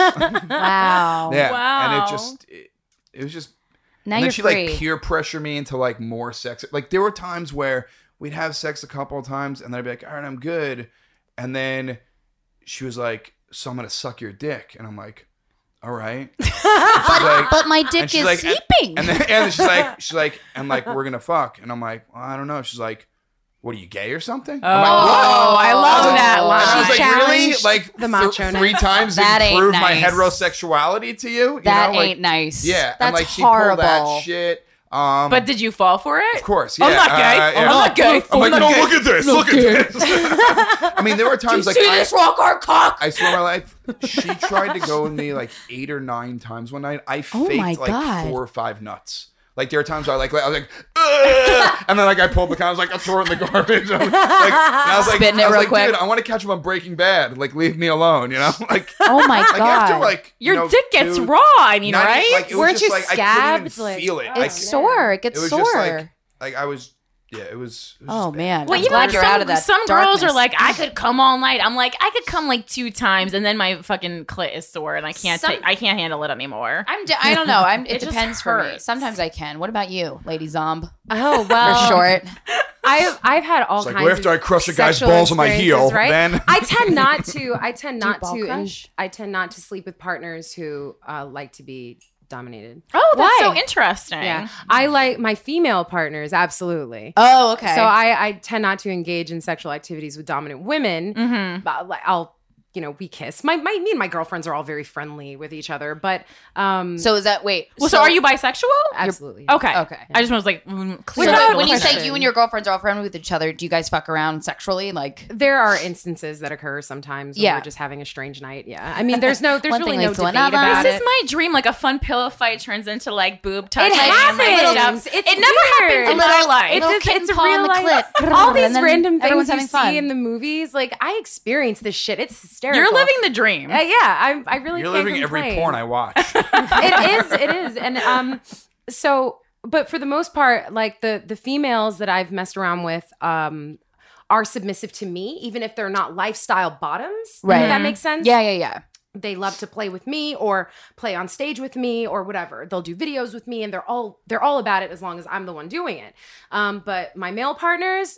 Wow. Yeah, and Wow. it just it, it was just. Now and you're then she free. like peer pressure me into like more sex. Like there were times where we'd have sex a couple of times, and then I'd be like, "All right, I'm good," and then she was like, "So I'm gonna suck your dick," and I'm like, "All right." And she's Oh, like- but my and dick she's is like- sleeping. and then, and then she's like, she's like, and like, we're gonna fuck, and I'm like, well, I don't know. She's like, what are you gay or something? I'm like, Oh, I love was like- that and And line. I was like, really? challenged Like the the macho three times That ain't improve my nice. heterosexuality to you? You that know, like- ain't nice. Yeah, That's and like she horrible. pulled that shit. Um, but did you fall for it? of course, yeah. I'm not uh, gay. yeah. I'm not gay. I'm like, I'm no, not gay. look at this. Look at this. I mean, there were times like I, rock our cock? I swear my life, she tried to go with me like eight or nine times one night. I Oh faked my like God. four or five nuts. Like there were times where I like I was like, "Ugh," and then like I pulled the con, I was like, I throw it in the garbage. I was like, and I was like, Spitting it I was real like, quick. dude, I want to catch him on Breaking Bad. Like, leave me alone, you know? Like, Oh my like god. after like you Your know, dick gets two- raw. I mean, not right? even- Like, it was Weren't just, you like, I couldn't scabbed? even Like- feel it. It's Like, it's sore. It gets it was sore. just like like I was yeah, it was, it was oh just bad. man. well, I'm even glad like you're some, out of that. some girls are darkness. like, I could come all night. I'm like, I could come like two times, and then my fucking clit is sore, and I can't, Some- take, I can't handle it anymore. I'm. d I don't know. I'm. It, It just depends for me. hurts. Sometimes I can. What about you, Lady Zomb? Oh For well, short. I've I've had all It's like, kinds. well, after of I crush a guy's sexual balls on my heel, experiences, right? then- I tend not to. I tend Do you not ball to. en- crush? I tend not to sleep with partners who uh, like to be dominated. Oh, that's Why? so interesting. Yeah. I like my female partners, absolutely. Oh, okay. So I, I tend not to engage in sexual activities with dominant women. Mm. Mm-hmm. But like, I'll, you know, we kiss. My, my, me and my girlfriends are all very friendly with each other, but um, So is that wait? Well, so, are you bisexual? absolutely. Okay. okay? I just was like, mm, So clear that when you question. say you and your girlfriends are all friendly with each other, do you guys fuck around sexually? Like There are instances that occur sometimes. When Yeah. we're just having a strange night. Yeah. I mean, there's no, there's One really thing no leads debate to another. about This it. is my dream. Like a fun pillow fight turns into like boob touch. it Like, little happens. It's It never weird. happens in my life. It's, Little it's, kitten it's a paw on real the life. clit. All these And then random things everyone's you having see fun. in the movies, like I experience this shit. It's hysterical. You're living the dream. Uh, yeah, I, I really. You're can't living every complain. porn I watch. it is. It is. And um, so, but for the most part, like the the females that I've messed around with, um, are submissive to me, even if they're not lifestyle bottoms. Right. If that makes sense. yeah, yeah, yeah. They love to play with me or play on stage with me or whatever. They'll do videos with me, and they're all they're all about it as long as I'm the one doing it. Um, but my male partners.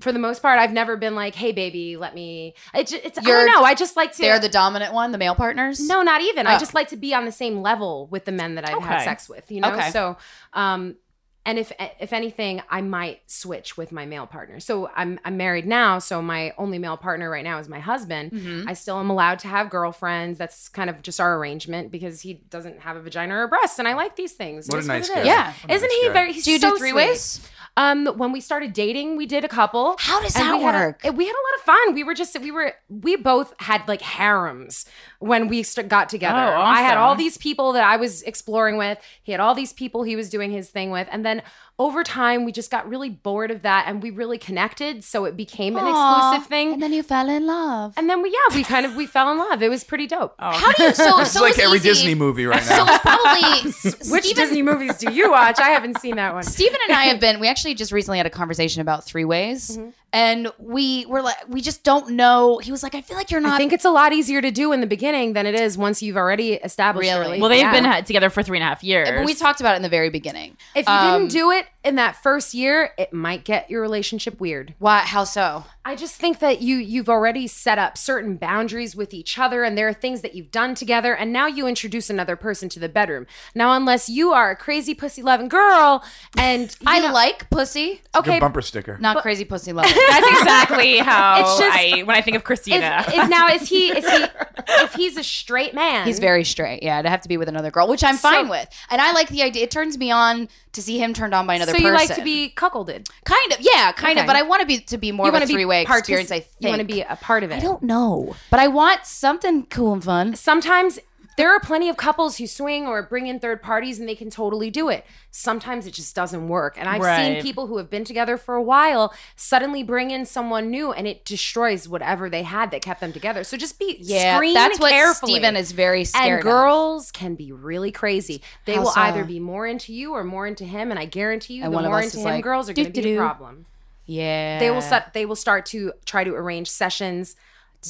For the most part, I've never been like, "Hey, baby, let me." It ju- it's I You're- don't know. I just like to. They're the dominant one, the male partners. No, not even. Oh. I just like to be on the same level with the men that I've had Okay. sex with, you know? Okay. So, um, and if if anything, I might switch with my male partner. So I'm I'm married now, so my only male partner right now is my husband. Mm-hmm. Mm-hmm. I still am allowed to have girlfriends. That's kind of just our arrangement because he doesn't have a vagina or breasts, and I like these things. What It a is nice it guy. is. Yeah. What a Isn't nice he guy. very? He's Do you so do three sweet. ways? Um, when we started dating, we did a couple. How does And that we had a- work? and we had a lot of fun. We were just we were we both had like harems when we st- got together. Oh, I had awesome. all these people that I was exploring with. He had all these people he was doing his thing with, and then over time we just got really bored of that, and we really connected. So it became an exclusive thing. And then you fell in love. and then we yeah we kind of we fell in love. It was pretty dope. Oh. How do you? So, This so is like it's every easy. Disney movie right So now. it's probably S- Which Steven, Disney movies do you watch? I haven't seen that one. Steven and I have been. We actually just recently had a conversation about three ways, and we were like, we just don't know. He was like, I feel like you're I not. think it's a lot easier to do in the beginning than it is once you've already established. your Really? relationship. Well, they've Yeah. been ha- together for three and a half years. but we talked about it in the very beginning. If you Um, didn't do it in that first year, it might get your relationship weird. Why? How so? I just think that you you've already set up certain boundaries with each other and there are things that you've done together and now you introduce another person to the bedroom. Now unless you are a crazy pussy loving girl and you I know- like pussy, okay Good bumper sticker. not crazy pussy love. That's exactly how It's just- I when I think of if, Christina. if now is he is he if he's a straight man He's very straight. Yeah, to have to be with another girl, which I'm fine So- with, and I like the idea. It turns me on to see him turned on by another so you person. like to be cuckolded. kind of, yeah, kind of. Okay. But I want to be to be more you of want a to be three way partic- experience. I think You want to be a part of it. I don't know, but I want something cool and fun. sometimes there are plenty of couples who swing or bring in third parties and they can totally do it. Sometimes it just doesn't work. And I've Right. seen people who have been together for a while suddenly bring in someone new and it destroys whatever they had that kept them together. So just be Yeah, screen that's what carefully. Steven is very scared and of. girls can be really crazy. They How will so? either be more into you or more into him, and I guarantee you, And the one of more us into is him like, girls are going to be "Doo-doo-doo." a problem. Yeah, They will set. They will start to try to arrange sessions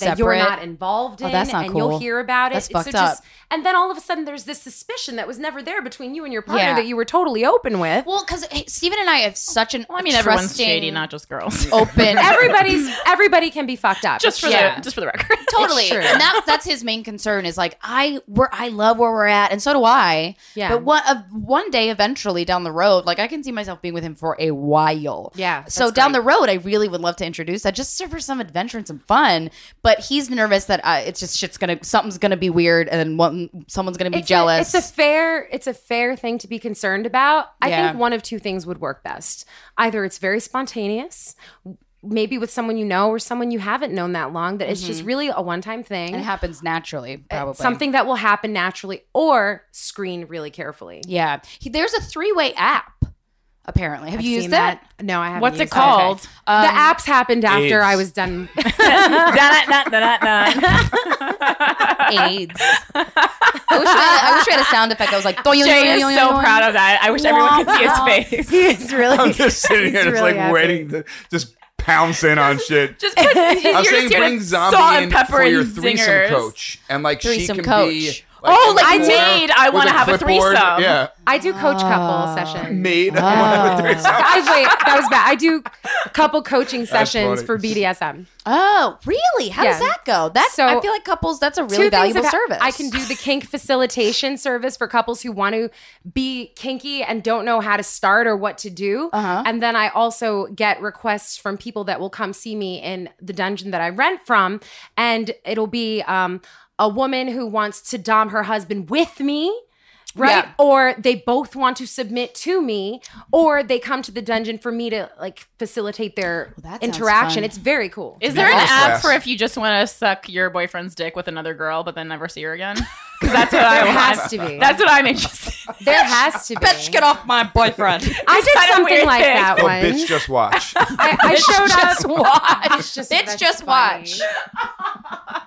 that you're Separate. not involved in, Oh, that's not and cool. you'll hear about it. That's It's- fucked up. And then all of a sudden, there's this suspicion that was never there between you and your partner Yeah. that you were totally open with. Well, because Steven and I have such an I mean, everyone's trusting, shady, not just girls. Oh, open. Everybody's everybody can be fucked up. just for Yeah. the just for the record. totally, It's true. and that, that's his main concern is like I where I love where we're at, and so do I. Yeah. but one uh, one day eventually down the road, like I can see myself being with him for a while. Yeah, So that's down great. the road, I really would love to introduce that just for some adventure and some fun. But he's nervous that uh, it's just shit's gonna something's gonna be weird, and then one someone's gonna be It's a- jealous. it's a fair it's a fair thing to be concerned about. I Yeah. think one of two things would work best. Either it's very spontaneous, maybe with someone you know or someone you haven't known that long that it's just Mm-hmm. really a one-time thing. and it happens naturally, uh, probably. Something that will happen naturally or screen really carefully. Yeah. He, there's a three way app, apparently. Have you used seen that? No, I haven't. What's it used that. called? Um, the apps happened after AIDS. I was done. AIDS. I, wish we had, I wish we had a sound effect that was like, Jay is so proud of that. I wish everyone could see his face. he is really. I'm just sitting He's here, just really like happy. waiting to just pounce in on shit. Just put, you're I was saying just bring bring zombie salt in and pepper for your and threesome zingers. coach, and like Threesome she can coach. be oh, like I do- maid, I with want to have a clipboard. threesome. Yeah, I do coach couple Oh. sessions. maid. Wow. Oh. I, wait, that was bad. I do couple coaching sessions funny. for BDSM. Oh, really? How does Yeah. that go? That's So- I feel like couples. That's a Two really things valuable about- service. I can do the kink facilitation service for couples who want to be kinky and don't know how to start or what to do. Uh-huh. And then I also get requests from people that will come see me in the dungeon that I rent from, and it'll be um, a woman who wants to dom her husband with me. Right? Yeah. Or they both want to submit to me, or they come to the dungeon for me to like facilitate their Well, that sounds interaction. fun. It's very cool. Is there an Yes. app Yes. for if you just want to suck your boyfriend's dick with another girl, but then never see her again? Because that's what I there want. has to be. That's what I'm interested. in. there has to be. Bitch, get off my boyfriend. I did kinda something weird like thing. that Oh, once. bitch, just watch. I, I showed just up. watch. Bitch, just, Bitch, that's just watch. Oh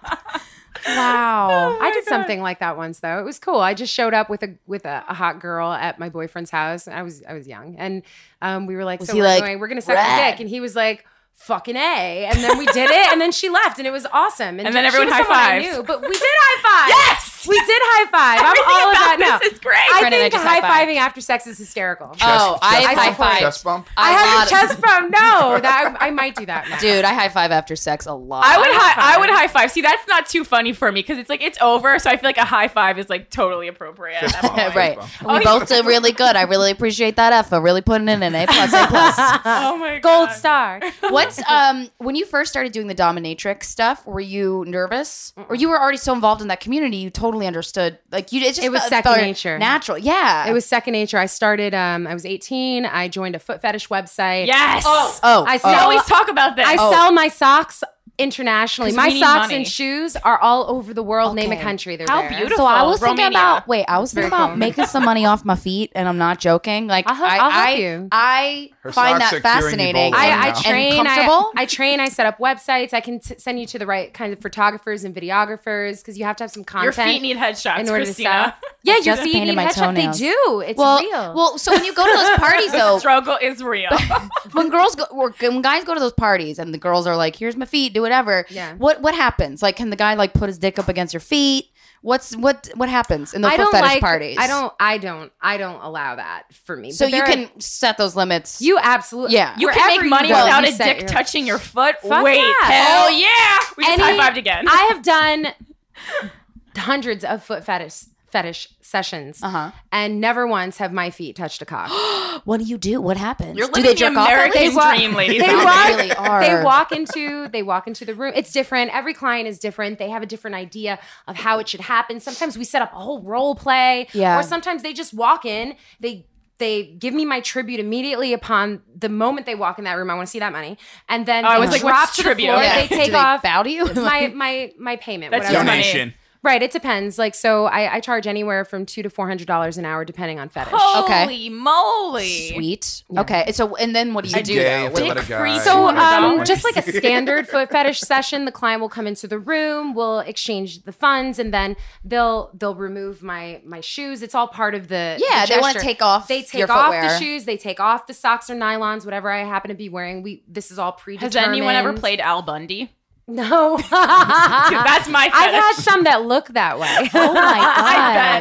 Wow, I did something like that once though. It was cool. I just showed up with a with a, a hot girl at my boyfriend's house. I was I was young, and um, we were like, Was so he we're like, going, we're gonna suck your "Rad"? dick, and he was like. Fucking a, and then we did it, and then she left, and it was awesome. And then she everyone was someone I high-fived. knew, but we did high five. Yes! we did high five. I'm Everything all about about now. this is great. I Brennan and I think just high-fived. high fiving after sex is hysterical. Oh, I Chest- high five. Chest bump. I have a lot- chest bump. No, that I, I might do that. Now. Dude, I high five after sex a lot. I would high high, I five. would high five. See, that's not too funny for me because it's like it's over. So I feel like a high five is like totally appropriate. at that point. right. Oh, we you- both did really good. I really appreciate that effort. Really putting in an A plus A plus. Oh my Gold God. star. What's um when you first started doing the dominatrix stuff? Were you nervous, or you were already so involved in that community you totally understood? Like you, it just It was felt- second felt nature. natural. Yeah, It was second nature. I started. Um, I was 18. I joined a foot fetish website. Yes. Oh, Oh, I oh. we sell. always talk about this. I sell my socks internationally. 'Cause My Oh. we need socks money. and shoes are all over the world. Name a Okay. country. They're How there. beautiful. So I was Romania. thinking about wait, I was thinking about making some money off my feet, and I'm not joking. Like I'll help- I, I'll help I, you. I Her find socks that are curing you fascinating. both I, I Wow. And train. I, comfortable. I train. I set up websites. I can t- send you to the right kind of photographers and videographers because you have to have some your content feet need headshots, in order Christina. to sell. Yeah, your Just feet painted need my headshot. They toenails. do. It's well, real. well. So when you go to those parties, though, Struggle is real. when girls go, or when guys go to those parties, and the girls are like, "Here's my feet, do whatever." Yeah. What what happens? Like, can the guy like put his dick up against your feet? What's what what happens in the I foot don't fetish like parties? I don't. I don't. I don't allow that for me. So But you there can Are, set those limits. you absolutely. Yeah. You wherever can make money go, without you a set dick your- touching your foot. Fuck Wait, yeah. Oh, hell yeah! We just Any- high fived again. I have done hundreds of foot fetish fetish sessions, Uh-huh. and never once have my feet touched a cock. What do you do? What happens? You're do they living the jerk off? at American least? wa- dream, ladies. they and They walk- gentlemen. really are. They walk into they walk into the room. It's different. Every client is different. They have a different idea of how it should happen. Sometimes we set up a whole role play, Yeah. or sometimes they just walk in. They they give me my tribute immediately upon the moment they walk in that room. I want to see that money, and then Oh, I they was like, drop what's to the tribute? floor. Yeah. They Do take off bow to you. my my my payment. That's whatever. your money. Donation. Right, it depends. Like, so I, I charge anywhere from two to four hundred dollars an hour, depending on fetish. Okay. Holy moly! Sweet. Okay. and So and then what do you I'd do? gay though? if I What do let you- a guy- So, Two hundred um, dollars. just like a standard foot fetish session, the client will come into the room, we'll exchange the funds, and then they'll they'll remove my my shoes. It's all part of the Yeah, the they wanna gesture. take off They take your off the footwear. shoes. They take off the socks or nylons, whatever I happen to be wearing. We this is all Has predetermined. anyone ever played Al Bundy? No, That's my I've had fetish. some that look that way. Oh my I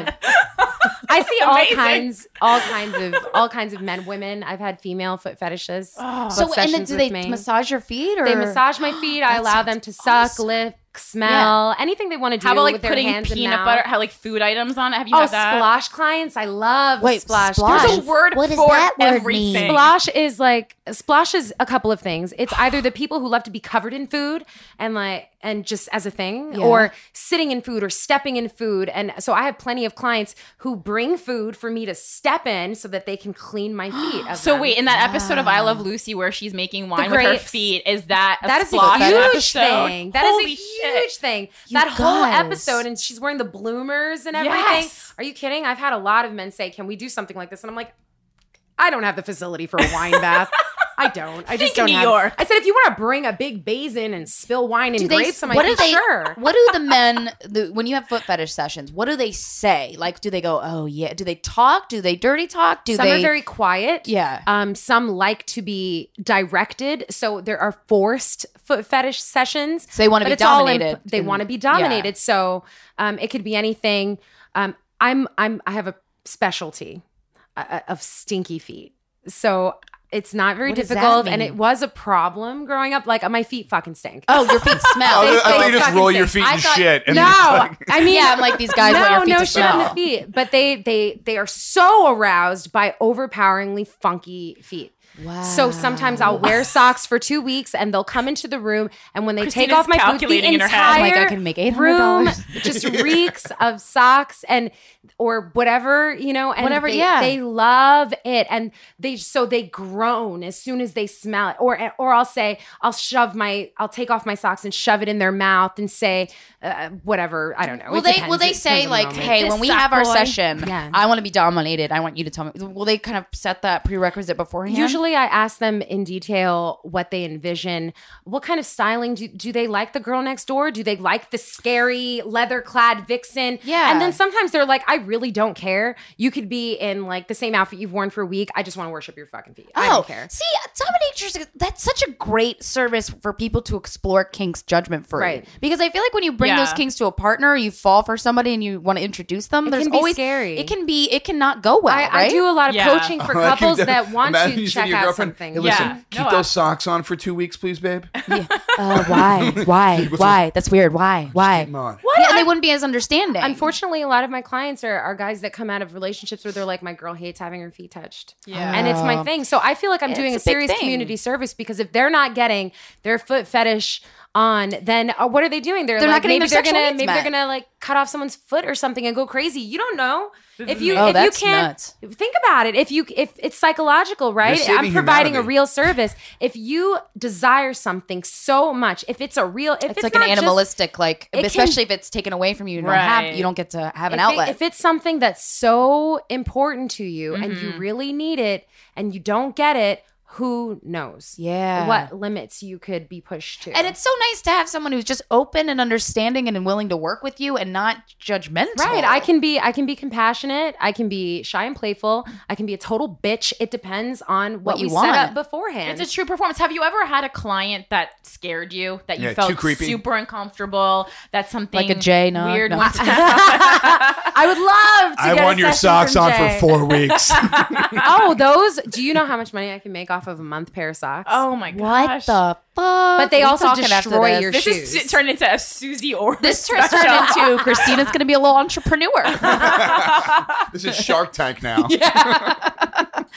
god. bet. I see all amazing. kinds, all kinds of, all kinds of men, women. I've had female foot fetishes. Oh, book So and then sessions do with they me. massage your feet or They massage my feet. I That allow sounds them to suck, awesome. lick, smell, anything they want to do. How about with like their putting hands and peanut mouth. butter, how like food items on it? Have you Oh, had that? splosh clients. I love Wait, splosh. splosh? There's There's a a word What does for that word mean? everything. Splosh is like splosh is a couple of things. It's either the people who love to be covered in food and like and just as a thing, Yeah. or sitting in food or stepping in food. And so I have plenty of clients who bring food for me to step in so that they can clean my feet. of So them. wait, in that episode of I Love Lucy where she's making wine with her grapes. feet, is that a that is splosh a huge episode? thing. That is Holy a shit. huge thing. You that whole guys. episode, and she's wearing the bloomers and everything. Yes. Are you kidding? I've had a lot of men say, "Can we do something like this?" And I'm like, I don't have the facility for a wine bath. I don't. I Think just don't New have. York. I said, if you want to bring a big basin and spill wine and do they, grapes, I'm what like, do they, sure. What do the men the, when you have foot fetish sessions? What do they say? Like, do they go, "Oh yeah"? Do they talk? Do they dirty talk? Do Some they? are very quiet. yeah. Um, some like to be directed, so there are forced foot fetish sessions. So they wanna but be it's all in- dominated they and- want to be yeah. dominated, so um, it could be anything. Um, I'm I'm I have a specialty uh, of stinky feet, so it's not very What does that difficult, and mean? it was a problem growing up. Like uh, my feet fucking stink. Oh, your feet smell. They- I, I they thought you just fucking roll your stink. feet in I thought- shit. And no, it's like- I mean, yeah, I'm like these guys want your feet no to shit on the smell. feet. But they they they are so aroused by overpoweringly funky feet. Wow. So sometimes I'll wear socks for two weeks, and they'll come into the room, and when they take Christina's off my boot, the calculating in her head. entire I'm like, I can make room $800. just reeks of socks and or whatever you know, and Whatever, They, yeah. they love it, and they so they groan as soon as they smell it, or or I'll say I'll shove my I'll take off my socks and shove it in their mouth and say uh, whatever I don't know. Will It they depends. will they It say depends on the like, moment. hey, This when we suck have our boy. session, Yeah. I want to be dominated. I want you to tell me. Will they kind of set that prerequisite beforehand? Usually, I ask them in detail what they envision. What kind of styling do, do they like the girl next door? Do they like the scary leather clad vixen? Yeah. And then sometimes they're like, I really don't care. You could be in like the same outfit you've worn for a week. I just want to worship your fucking feet. I Oh, don't care. See, dominators, that's such a great service for people to explore kinks judgment free. Right. Because I feel like when you bring Yeah. those kinks to a partner, you fall for somebody and you want to introduce them, It there's can be always scary. It can be, it cannot go well, I, right? I do a lot of Yeah. coaching for Like, couples you do- that want imagine to you say check your out girlfriend, something. Hey, listen, Yeah. keep No, I- those socks on for two weeks, please, babe. Uh, why? Why? Why? That's weird. Why? Why? Come on. Yeah, and they wouldn't be as understanding. Unfortunately, a lot of my clients are, are guys that come out of relationships where they're like, my girl hates having her feet touched. Yeah. And it's my thing. So I feel like I'm doing a a, big serious thing. community service because if they're not getting their foot fetish on, then uh, what are they doing? They're, They're not like, getting maybe their they're sexual gonna needs maybe met. they're gonna like cut off someone's foot or something and go crazy. You don't know. If you Oh, if that's you can't nuts. think about it, if you if it's psychological, right? saving I'm providing a humanity. real service. If you desire something so much, if it's a real if it's, it's, like an not just- animalistic, like it especially if it's taken away from you, you don't have, Right. you don't get to have an if it- outlet. if it's something that's so important to you and you Mm-hmm. really need it and you don't get it, who knows? Yeah. What limits you could be pushed to. And it's so nice to have someone who's just open and understanding and willing to work with you and not judgmental. right. I can be I can be compassionate, I can be shy and playful, I can be a total bitch. It depends on what, What you we want. set up beforehand. It's a true performance. Have you ever had a client that scared you that you Yeah, too felt creepy. super uncomfortable? That's something Like a J, no, weird. no. went to- I would love to I get a won your session socks from on Jay. for four weeks. Oh, those do you know how much money I can make off of a month pair of socks? oh my What gosh! the fuck? But they We also talking after destroy this. your This shoes. is turned into a Susie or This turns turned into Christina's going to be a little entrepreneur. this is Shark Tank now.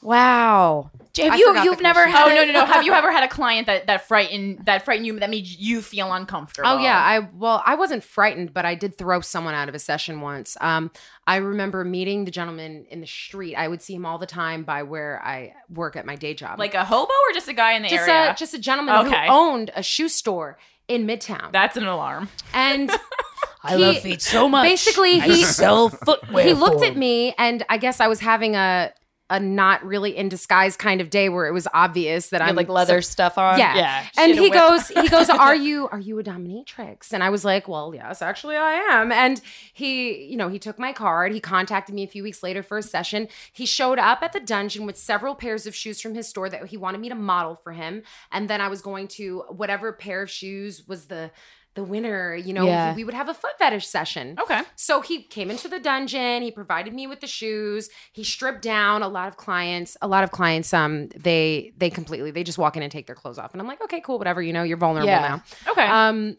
wow. Have I you forgot you've the never question. had Oh a- no no no! Have you ever had a client that that frightened that frightened you that made you feel uncomfortable? Oh yeah, I well, I wasn't frightened, but I did throw someone out of a session once. Um, I remember meeting the gentleman in the street. I would see him all the time by where I work at my day job. like a hobo or just a guy in the just area. a just a gentleman Okay. who owned a shoe store in Midtown. That's an alarm. and I he- love feet so much. basically I he- sell footwear. he looked for at me and I guess I was having a a not really in disguise kind of day where it was obvious that You I'm had, like leather stuff on. yeah. Yeah. She had And a he whip. goes, he goes, are you are you a dominatrix? And I was like, well, yes, actually I am. And he, you know, he took my card. He contacted me a few weeks later for a session. He showed up at the dungeon with several pairs of shoes from his store that he wanted me to model for him. And then I was going to whatever pair of shoes was the the winner, you know, Yeah. we would have a foot fetish session. Okay. So he came into the dungeon. He provided me with the shoes. He stripped down a lot of clients. A lot of clients, um, they they completely they just walk in and take their clothes off, and I'm like, okay, cool, whatever. You know, you're vulnerable Yeah. now. Okay. Um,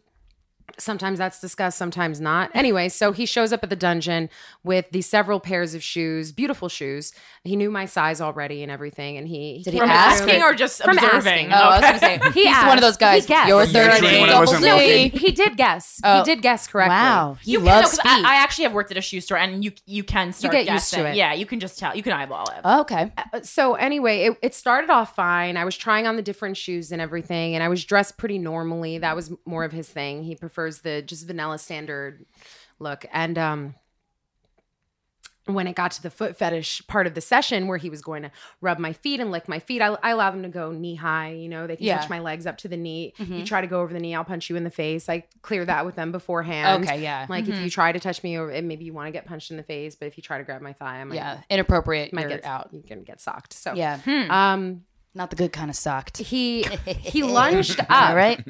sometimes that's discussed, sometimes not. Anyway, so he shows up at the dungeon with the several pairs of shoes, beautiful shoes. He knew my size already and everything, and he, Did he From came ask through- asking or just From observing? asking. Oh, I was Okay. going to say He he's asked. one of those guys. He guessed. You're Yeah, thirty. actually, when I double wasn't C. No, he, looking. he did guess. Oh. He did guess correctly. Wow, he You can, loves no, 'cause feet. I, I actually have worked at a shoe store, and you you can start get used to guessing. it. Yeah, you can just tell. You can eyeball it. Oh, okay. Uh, so anyway, it, it started off fine. I was trying on the different shoes and everything, and I was dressed pretty normally. That was more of his thing. He prefers the just vanilla standard look. And um, when it got to the foot fetish part of the session where he was going to rub my feet and lick my feet, I, I allow them to go knee high. You know, they can Yeah. Mm-hmm. touch my legs up to the knee. You try to go over the knee, I'll punch you in the face. I clear that with them beforehand. Okay, yeah. Mm-hmm. Like if you try to touch me, or and maybe you want to get punched in the face, but if you try to grab my thigh, I might, Yeah, inappropriate. might You're get out. You can get socked. So Yeah, um, not the good kind of socked. he he lunged up. All right.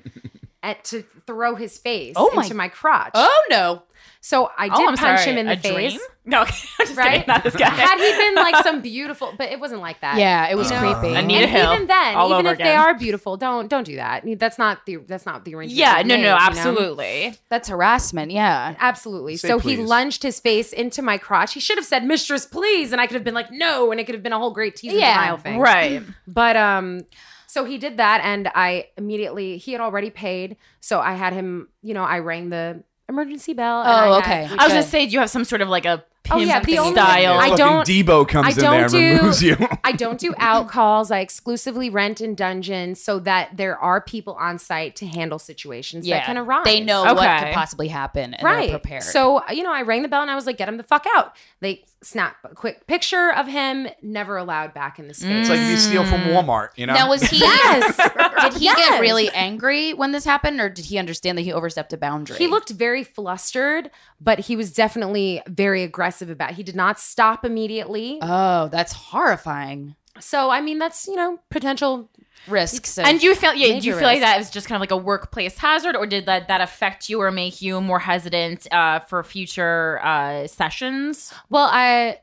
at, to throw his face Oh my- into my crotch. Oh no. So I did oh, I'm punch sorry. him in the a face. Dream? No, I'm just Right? kidding. Not this guy. Had he been like some beautiful, but it wasn't like that. Yeah, it was You know? creepy. Anita and Hill, even then, all even over if they again. are beautiful, don't don't do that. That's not the that's not the original. yeah, no, no, absolutely. absolutely. That's harassment. Yeah. Absolutely. Say so he please. lunged his face into my crotch. He should have said, "Mistress, please," and I could have been like, "No," and it could have been a whole great tease Yeah, and denial thing. Right. But um, so he did that, and I immediately he had already paid, so I had him. You know, I rang the emergency bell. and Oh, I okay. Had, I was Good. gonna say, do you have some sort of like a Oh, pimp yeah, the only- style? I fucking don't- Debo comes I in there and don't do- removes you. I don't do out calls. I exclusively rent in dungeons so that there are people on site to handle situations Yeah. that can arise. They know what Okay. could possibly happen and right. they're prepared. So you know, I rang the bell and I was like, "Get him the fuck out!" They snap a quick picture of him, never allowed back Mm. in the space. It's like you steal from Mm. Walmart, you know? now was he yes, did he Yes. get really angry when this happened or did he understand that he overstepped a boundary? He looked very flustered, but he was definitely very aggressive about. He did not stop immediately. Oh, that's horrifying. so I mean, that's you know potential. Risks. of- And do you feel yeah, do you Major feel like risk. that is just kind of like a workplace hazard, or did that that affect you or make you more hesitant uh, for future uh, sessions? Well, I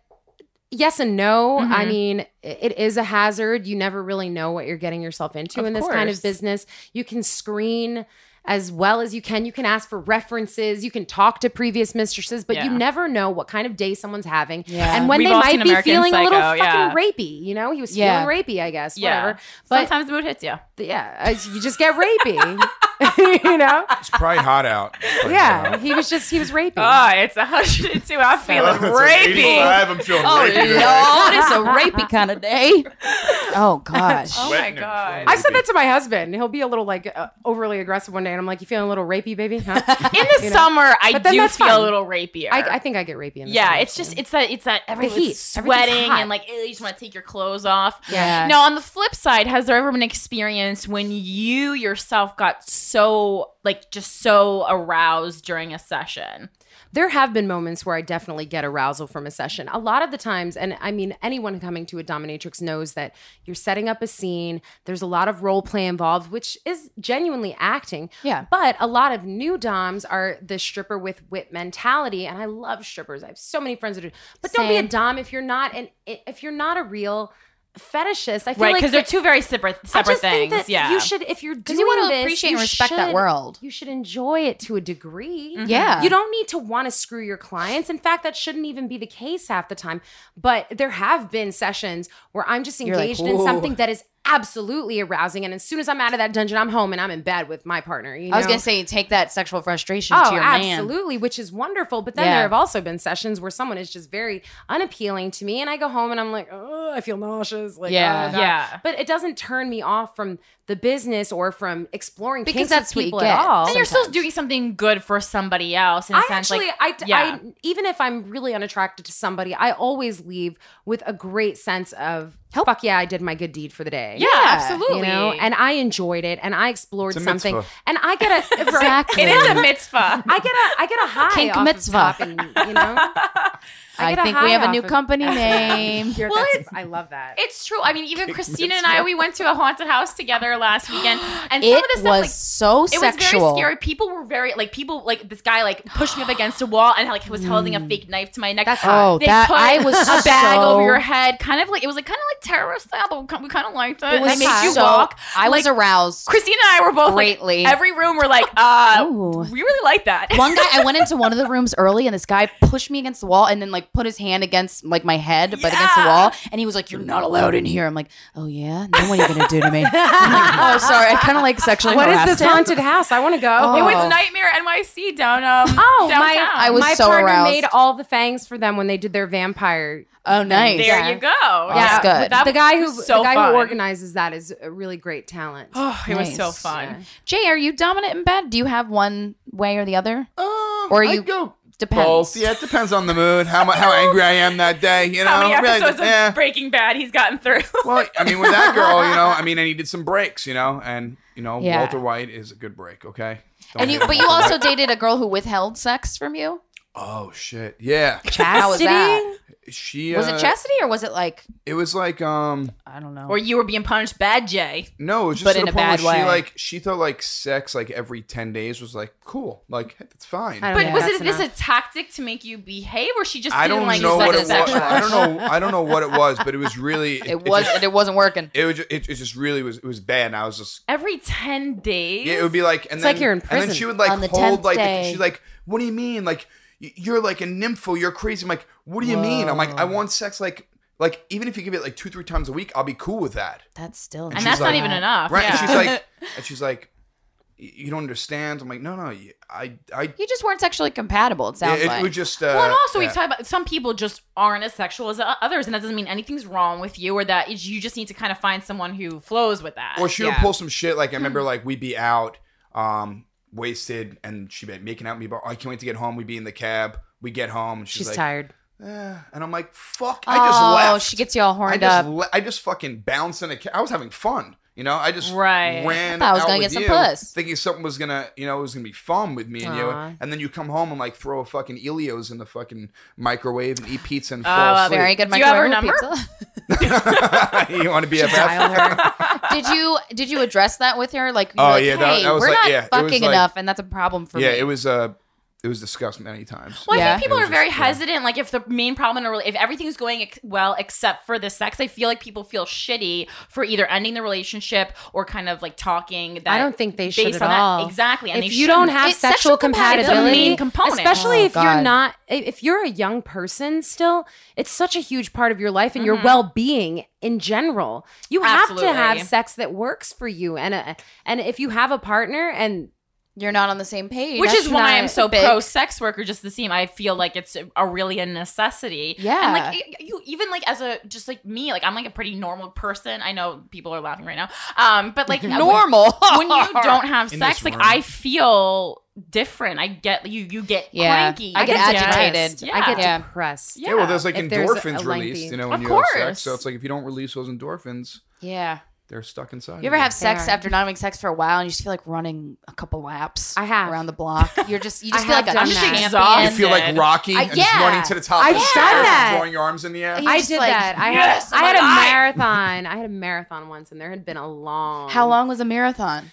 yes and no. I Mhm. mean, it is a hazard. You never really know what you're getting yourself into Of in this kind course. of business. You can screen as well as you can. You can ask for references. You can talk to previous mistresses, but you Yeah. never know what kind of day someone's having. Yeah. And when We've they all might seen be American feeling a little Psycho, fucking yeah. rapey, you know, he was Yeah. feeling rapey, I guess, Yeah. whatever. But Sometimes the mood hits you. yeah, I- you just get rapey, you know? It's probably hot out. It's probably hot Yeah, out. he was just, he was rapey. Ah, it's a hundred and two. I'm feeling It's like 85, I'm feeling Oh, rapey today. Lord, it's a rapey kind of day. Oh gosh. Oh my Sweating and god. feeling I've said rapey. that to my husband. He'll be a little like uh, overly aggressive one day, and I'm like, "You feeling a little rapey, baby?" Huh? In the You know? summer, I But then do that's feel fine. a little rapier. I, I think I get rapey. In the yeah, summer, it's just actually. it's that it's that everyone's heat. Everything's sweating hot. and like ew, you just want to take your clothes off. Yeah. Now, on the flip side, has there ever been an experience when you yourself got so like just so aroused during a session? there have been moments where I definitely get arousal from a session. A lot of the times, and I mean, anyone coming to a dominatrix knows that you're setting up a scene. There's a lot of role play involved, which is genuinely acting. Yeah. But a lot of new doms are the stripper with wit mentality, and I love strippers. I have so many friends that do. But don't be Same. a dom if you're not an if you're not a real fetishist. I feel Right, like because they're the- two very separate separate things. yeah, you should if you're doing Because you want to this, appreciate you and respect should- that world. Mm-hmm. You should enjoy it to a degree. Yeah. You don't need to want to screw your clients. In fact, that shouldn't even be the case half the time. But there have been sessions where I'm just like, engaged in "Ooh." something that is absolutely arousing, and as soon as I'm out of that dungeon, I'm home and I'm in bed with my partner. You I was know? gonna say you take that sexual frustration Oh, to your man. absolutely, which is wonderful. But then Yeah. there have also been sessions where someone is just very unappealing to me, and I go home and I'm like, oh, I feel nauseous. Like, Yeah. oh, God. yeah. But it doesn't turn me off from the business or from exploring Because kinks with that's what you people get. at all. And you're still doing something good for somebody else. In a I sense, actually, like, I, d- yeah. I- even if I'm really unattracted to somebody, I always leave with a great sense of fuck yeah, I did my good deed for the day. yeah, absolutely. You know, and I enjoyed it, and I explored It's a something, mitzvah. and I get a Exactly. it is a mitzvah. I get a I get a high Kink off mitzvah. Of topping, you know, I, get a think we have high a new off of- company name. You're- Well, that's- I love that. It's true. I mean, even Christina and I, we went to a haunted house together last weekend, and some it of this was stuff, like, so it sexual. was very scary. People were very like people like this guy like pushed me up against a wall and like was holding a fake knife to my neck. That's hot. Mm. Oh, that put I was a bag so- over your head, kind of like it was like kind of like terrorist style, but we kind- we kind of liked it. It was they made you so- walk. I was Like, aroused. Christina and I were both Greatly. Like, every room we're like, uh, Ooh. we really like that. one guy, I went into one of the rooms early, and this guy pushed me against the wall, and then like put his hand against like my head, but against the Yeah. wall, and he was like, "You're not allowed in here." I'm like, "Oh yeah, then what are you gonna do to me?" I'm like, oh, sorry, I kind of like sexually What is harassed this him. haunted house? I want to go. Oh. it was Nightmare NYC down um Oh, downtown. my! I was my so partner aroused. made all the fangs for them when they did their vampire. Oh, nice. there Yeah. you go. Oh, That's Yeah, good. That the guy who was so the guy fun. who organizes that is a really great talent. Oh, it was Nice. so fun. Jay, are you dominant in bed? Do you have one way or the other? Uh, Or I you- go Depends. both. Yeah, it depends on the mood, how mu- how angry I am that day. You know, How many Really, episodes yeah. of Breaking Bad he's gotten through? Well, I mean, with that girl, you know, I mean, I needed some breaks, you know, and you know, Yeah. Walter White is a good break, okay. Don't And you, hate but on you Walter also White. dated a girl who withheld sex from you. Oh shit! Yeah, Chastity? How was that? She Was uh, it chastity or was it like It was like um I don't know? Or you were being punished bad, Jay. no, it was just But to in the a point bad where she way. like she thought like sex like every ten days was like cool, like it's fine. I But Yeah, was it that's this a enough. tactic to make you behave, or she just I didn't don't like know sex what it was. that much? I don't know. I don't know what it was, but it was really. It, It was Just, it wasn't working. it was. ju- It, it just really was. It was bad. And I was just. Every ten days. Yeah, it would be like. And It's then, like you're in And then prison. she would like On the hold 10th like. The, day. she's like, "What do you mean? Like, y- you're like a nympho. You're crazy." I'm like, "What do you mean?" I'm like, "I want sex. Like, like even if you give it like two, three times a week, I'll be cool with that." That's still and she's that's like- not even enough. Right? Yeah. And she's like, and she's like, "Y- "You don't understand." I'm like, "No, no. you- I, I." you just weren't sexually compatible. It sounds it, like. was just. Uh, well, and also yeah. we've talked about some people just aren't as sexual as o- others, and that doesn't mean anything's wrong with you, or that it's- you just need to kind of find someone who flows with that. or she would Yeah. pull some shit. Like I remember, like we'd be out, um, wasted, and she'd be making out with me. But I can't wait to get home. We'd be in the cab. We get home. And she's, She's like, tired. "Eh," and I'm like, "Fuck!" oh, I just left. she gets you all I horned just, up. le- I just fucking bounced in a cab. I was having fun. You know, I just Right. ran. I thought I was out gonna with get some you, puss. thinking something was gonna, you know, it was gonna be fun with me and Aw. you. And then you come home and like throw a fucking Elio's in the fucking microwave and eat pizza and fall uh, asleep. Oh, Very good. Do you have her microwave number? pizza. you want to be a Dial her. did you did you address that with her? Like, you're Oh, like, yeah, that- hey, that was we're like- not yeah, it was fucking like- enough, and that's a problem for Yeah, me. it was. Uh, it was discussed many times. Well, I Yeah. think people It was are very just, yeah. hesitant. Like, if the main problem in a rela- if everything's going ex- well except for the sex, I feel like people feel shitty for either ending the relationship or kind of like talking. That I don't think they should based at on that- all. exactly, and if they you don't shouldn't. have It's sexual sexual compatibility. compatibility, It's the main component. especially Oh, if God. you're not, if you're a young person still, it's such a huge part of your life and your well-being in general. You have Absolutely. to have sex that works for you, and a, and if you have a partner and You're not on the same page, which That's is why I'm not so big. pro sex worker. Just the same, I feel like it's a, a really a necessity. and Yeah. like y- you, even like as a just like me, like I'm like a pretty normal person. I know people are laughing right now, um, but like normal. when you don't have In sex, this like room. I feel different. I get you. You get Yeah. cranky. I you get agitated. depressed. Yeah. I get Yeah. depressed. Yeah, well, there's like If there's a- endorphins a lengthy- released, you know, Of when you have course. sex. So it's like if you don't release those endorphins, yeah. they're stuck inside. You ever have They sex are. after not having sex for a while and you just feel like running a couple laps? I have. around the block. You're just you I just feel have like a done that. champion. Exhausted. You feel like ended. Rocky I- and just yeah. running to the top I've of the done stairs, that. throwing your arms in the air. Yeah. You're I just did like, that. I "Yes, had, I'm I had a alive!" marathon. I had a marathon once, and there had been a long. How long was a marathon?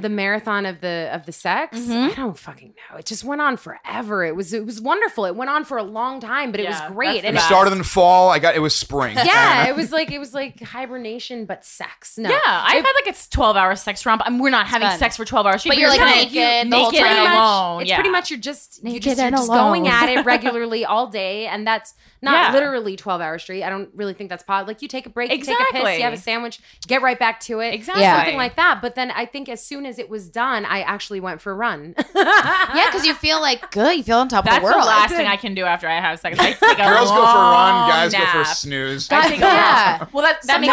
the marathon of the of the sex Mm-hmm. i don't fucking know it just went on forever it was it was wonderful it went on for a long time but it Yeah, was great that's the and We it, best. started in fall. I got it was spring. yeah it was like it was like hibernation but sex no Yeah, I've had like it's twelve hour sex romp. I mean, we're not having fun. sex for twelve hours straight. But you're, like, kinda naked the whole naked and time. alone. it's yeah. pretty much you're just you Naked just, you're and just going alone. at it regularly all day and that's not Yeah. literally 12 hours straight i don't really think that's pod like you take a break you take a piss Exactly. you have a sandwich you get right back to it Exactly. something like that but then i think as soon as it was done i actually went for a run Yeah, because you feel like good. You feel on top That's of the world. the last thing I can do after I have sex. I take a Girls go for a run, long guys go for a nap. snooze. I take a Yeah. long- Well, that, that makes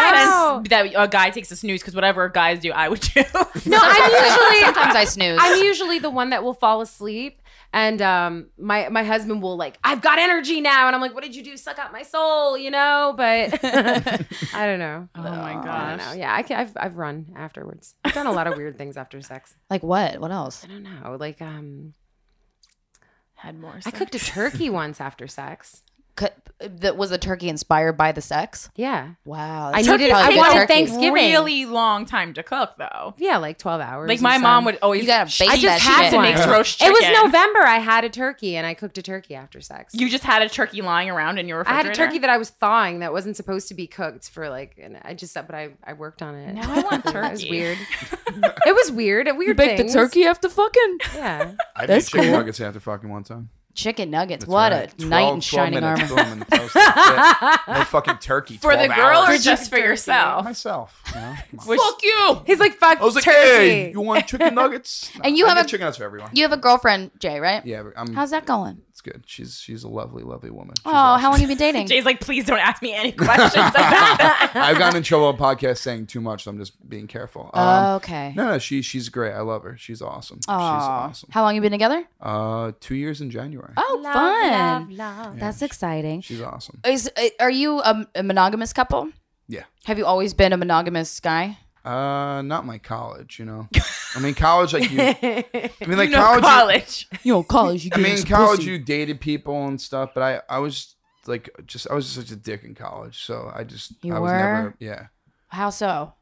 sense Sometimes- that a guy takes a snooze because whatever guys do, I would do. no i'm usually Sometimes I snooze. I'm usually the one that will fall asleep. And um, my my husband will like, I've got energy now, and I'm like, what did you do? Suck out my soul, you know? But I don't know. Oh my I don't know. gosh. Yeah, I can, I've I've run afterwards. I've done a lot of weird things after sex. like what? What else? I don't know. Like um, Had more. I cooked a turkey once after sex. Could, that was the turkey inspired by the sex? Yeah, Wow. I that's needed. probably I good wanted turkey. Thanksgiving. really long time to cook though. Yeah, like twelve hours. Like or my mom so. would always. You gotta she bake just that had shit. to make roast It chicken. was November. I had a turkey, and I cooked a turkey after sex. You just had a turkey lying around in your I had refrigerator. a turkey that I was thawing that wasn't supposed to be cooked for like, and I just but I I worked on it. Now I want It was turkey. weird. it was weird. Weird you Baked the turkey after fucking. Yeah, I That's made chicken cool. nuggets after fucking one time. Chicken nuggets. That's what right. a knight in 12 shining minutes, armor. throw 'em in the toaster. That's it. No fucking turkey. for the 12 girl or hours. just for yourself. myself. You know? Come on. Which- he's like fuck I was like, turkey. hey, you want chicken nuggets? And you I have get a- chicken nuggets for everyone. You have a girlfriend, Jay, right? yeah, but I'm. How's that going? it's good. She's she's a lovely, lovely woman. She's Oh, awesome. how long have you been dating? Jay's like, please don't ask me any questions about that. I've gotten in trouble on podcasts saying too much, so I'm just being careful. Um, oh, okay. No, no, she she's great. I love her. She's awesome. She's oh, awesome. how long you been together? Uh, two years in January. Oh, Love, fun. love, love. That's exciting. She's awesome. Is eh, are you a, a monogamous couple? Yeah. Have you always been a monogamous guy? Uh, not my college. You know, I mean, college like you. I mean, like no college. you- college. Yo, college, you I get mean, college you dated people and stuff, but I I was like just I was just such a dick in college, so I just You I was were? never yeah. How so?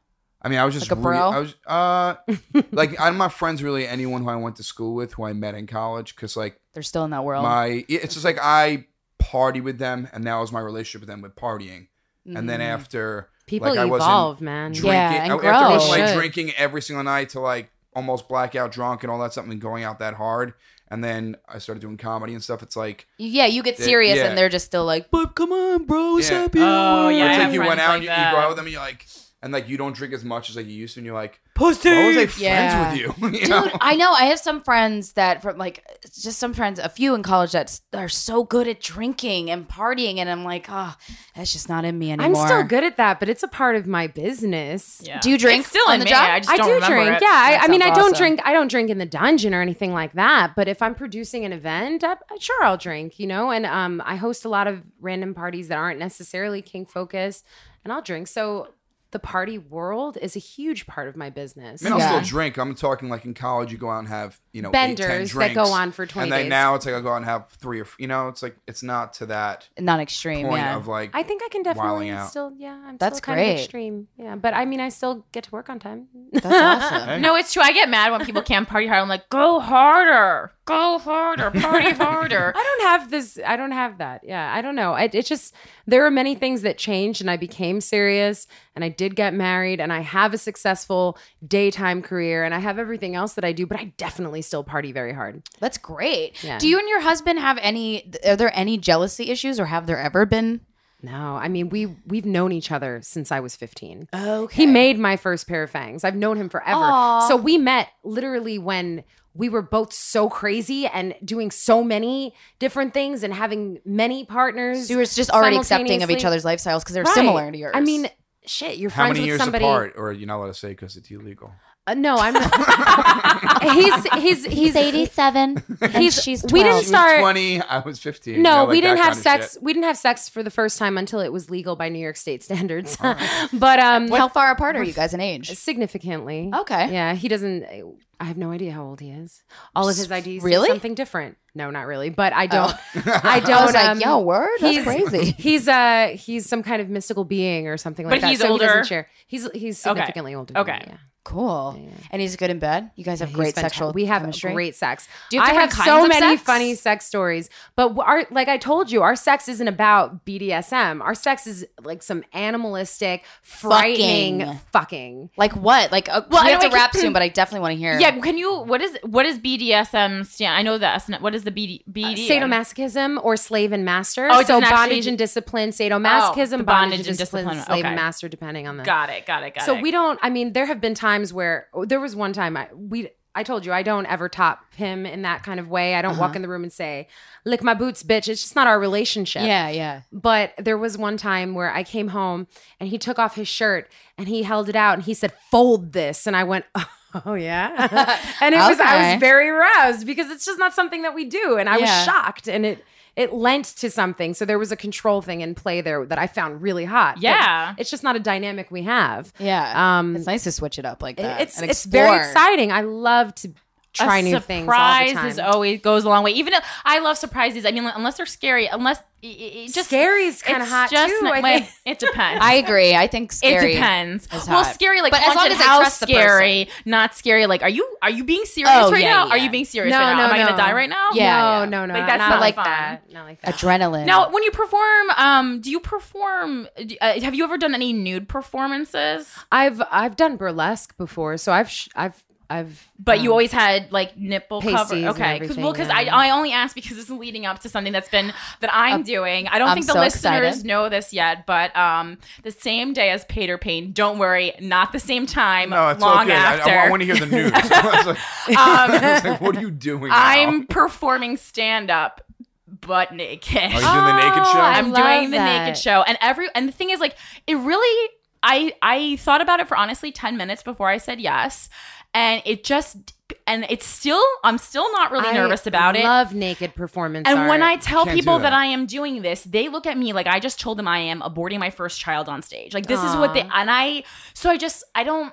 I mean, I was just Like a re- bro? I was uh, like I'm not friends really anyone who I went to school with who I met in college because like They're still in that world. my yeah, it's just like I party with them and that was my relationship with them with partying and Mm-hmm. then after People like I wasn't evolve, man. drinking Yeah, and after I was grow. like Should. drinking every single night to like almost blackout drunk and all that something and going out that hard and then I started doing comedy and stuff. It's like yeah, you get Yeah, serious yeah. and they're just still like, but come on, bro. Yeah. Yeah. Oh yeah, I it's have like you went friends out like and you, you that. go out with them and you're like and like you don't drink as much as like you used to and you're like pussy. Why was I friends Yeah. with you? you Dude, know? I know. I have some friends that from like just some friends, a few in college that s- are so good at drinking and partying, and I'm like, oh, that's just not in me I'm anymore. still good at that, but it's a part of my business. Yeah. Do you drink It's still on in the me. job? I just I don't do remember drink. it. Yeah, I, That I mean, I sounds don't awesome. drink. I don't drink in the dungeon or anything like that. But if I'm producing an event, I, I- sure I'll drink. You know, and um, I host a lot of random parties that aren't necessarily kink focused, and I'll drink. So the party world is a huge part of my business. I mean, I'll Yeah. still drink. I'm talking like in college, you go out and have you know eight, 10 Benders that drinks, go on for 20 and then days. now it's like I go out and have three or f- you know, it's like it's not to that not extreme. point yeah. of like I think I can Wilding definitely out. still. Yeah, I'm That's still kind great. of extreme. Yeah, but I mean, I still get to work on time. That's awesome. No, it's true. I get mad when people can't party hard. I'm like, go harder, go harder, party harder. I don't have this. I don't have that. Yeah, I don't know. I, it just there are many things that changed, and I became serious, and I did get married, and I have a successful daytime career, and I have everything else that I do, but I definitely still party very hard. That's great. Yeah. Do you and your husband have any? Are there any jealousy issues, or have there ever been? No, I mean we we've known each other since I was fifteen. Okay. He made my first pair of fangs. I've known him forever. Aw. So we met literally when we were both so crazy and doing so many different things and having many partners. So you were just already accepting of each Simultaneously- other's lifestyles because they're Right. similar to yours. I mean, shit, you're how friends many with years somebody. apart, or you're not allowed to say because it's illegal. Uh, no, I'm. he's he's he's eighty-seven. He's we didn't I was start. Twenty, I was fifteen. No, you know, like we that didn't kind have of sex. shit. We didn't have sex for the first time until it was legal by New York State standards. Oh, but um, How far apart are you guys in age? significantly. Okay. Yeah, he doesn't. I have no idea how old he is. All of his IDs say really? Oh. something different. No, not really. But I don't. I don't. I was like, um, yo, word, that's he's- crazy. He's uh he's some kind of mystical being or something But like that. he's so He older? doesn't share. He's he's significantly older. Than Okay. me, yeah. Cool. And he's good in bed. You guys have He's great fantastic. sexual. We have chemistry? great sex. Do you have I have different so kinds of many sex? funny sex stories, but w- our like I told you, our sex isn't about BDSM. Our sex is like some animalistic, frightening Fucking. fucking. Like what? Like uh, Well, we I have know to I can- wrap soon, but I definitely want to hear. Yeah, can you? What is what is BDSM stand? I know that. It's not- What is the BD, BD? Sadomasochism or slave and master. Oh, it so doesn't actually- Oh, bondage and discipline, sadomasochism, the bondage, and discipline, slave okay. and master, depending on the Got it. Got it. Got so it. we don't i mean there have been times where oh, there was one time i we i told you i don't ever top him in that kind of way i don't Uh-huh. walk in the room and say lick my boots bitch it's just not our relationship yeah, yeah. but there was one time where i came home and he took off his shirt and he held it out and he said fold this and i went oh yeah and it was i Okay. was very aroused because it's just not something that we do and i Yeah. was shocked and it it lent to something so there was a control thing in play there that i found really hot But Yeah. it's just not a dynamic we have Yeah. Um, it's nice to switch it up like that. it's and it's very explore. exciting. I love to try new things. All Surprise the time. is always goes a long way. Even if- I love surprises. I mean, unless they're scary. Unless it- it just scary is kind of it's hot just too. not- I wait, think. it depends. I agree. I think it scary. depends. is Well, hot. scary like But as long haunted as I house trust the person. scary, not scary like are you are you being serious Oh, right yeah, now? yeah, Are yeah. you being serious No, right now? no, Am I no. going to die right now? Yeah, yeah. no, no, no, Like, that's not, not like fun. that. Not like that. Adrenaline. Now, when you perform, um, do you perform? do- Uh, have you ever done any nude performances? I've I've done burlesque before, so I've sh- I've I've. But you um, always had like nipple cover, pasties and okay? Because well, because everything, yeah. I, I only asked because this is leading up to something that's been that I'm doing. I don't I'm think the so listeners excited. know this yet, but um, the same day as Pater Pain. Don't worry, not the same time. No, it's long okay. I- after. I, want to hear the news. I was like, I was like, what are you doing? now? I'm performing stand up, but naked. Are you Oh, doing the naked show? I I'm love doing the that. naked show, and every and the thing is like it really. I I thought about it for honestly ten minutes before I said yes, and it just and it's still I'm still not really I nervous about it. Love naked performance. And when I art. tell Can't people do that. that. I am doing this, they look at me like I just told them I am aborting my first child on stage. Like this is what they and I so I just I don't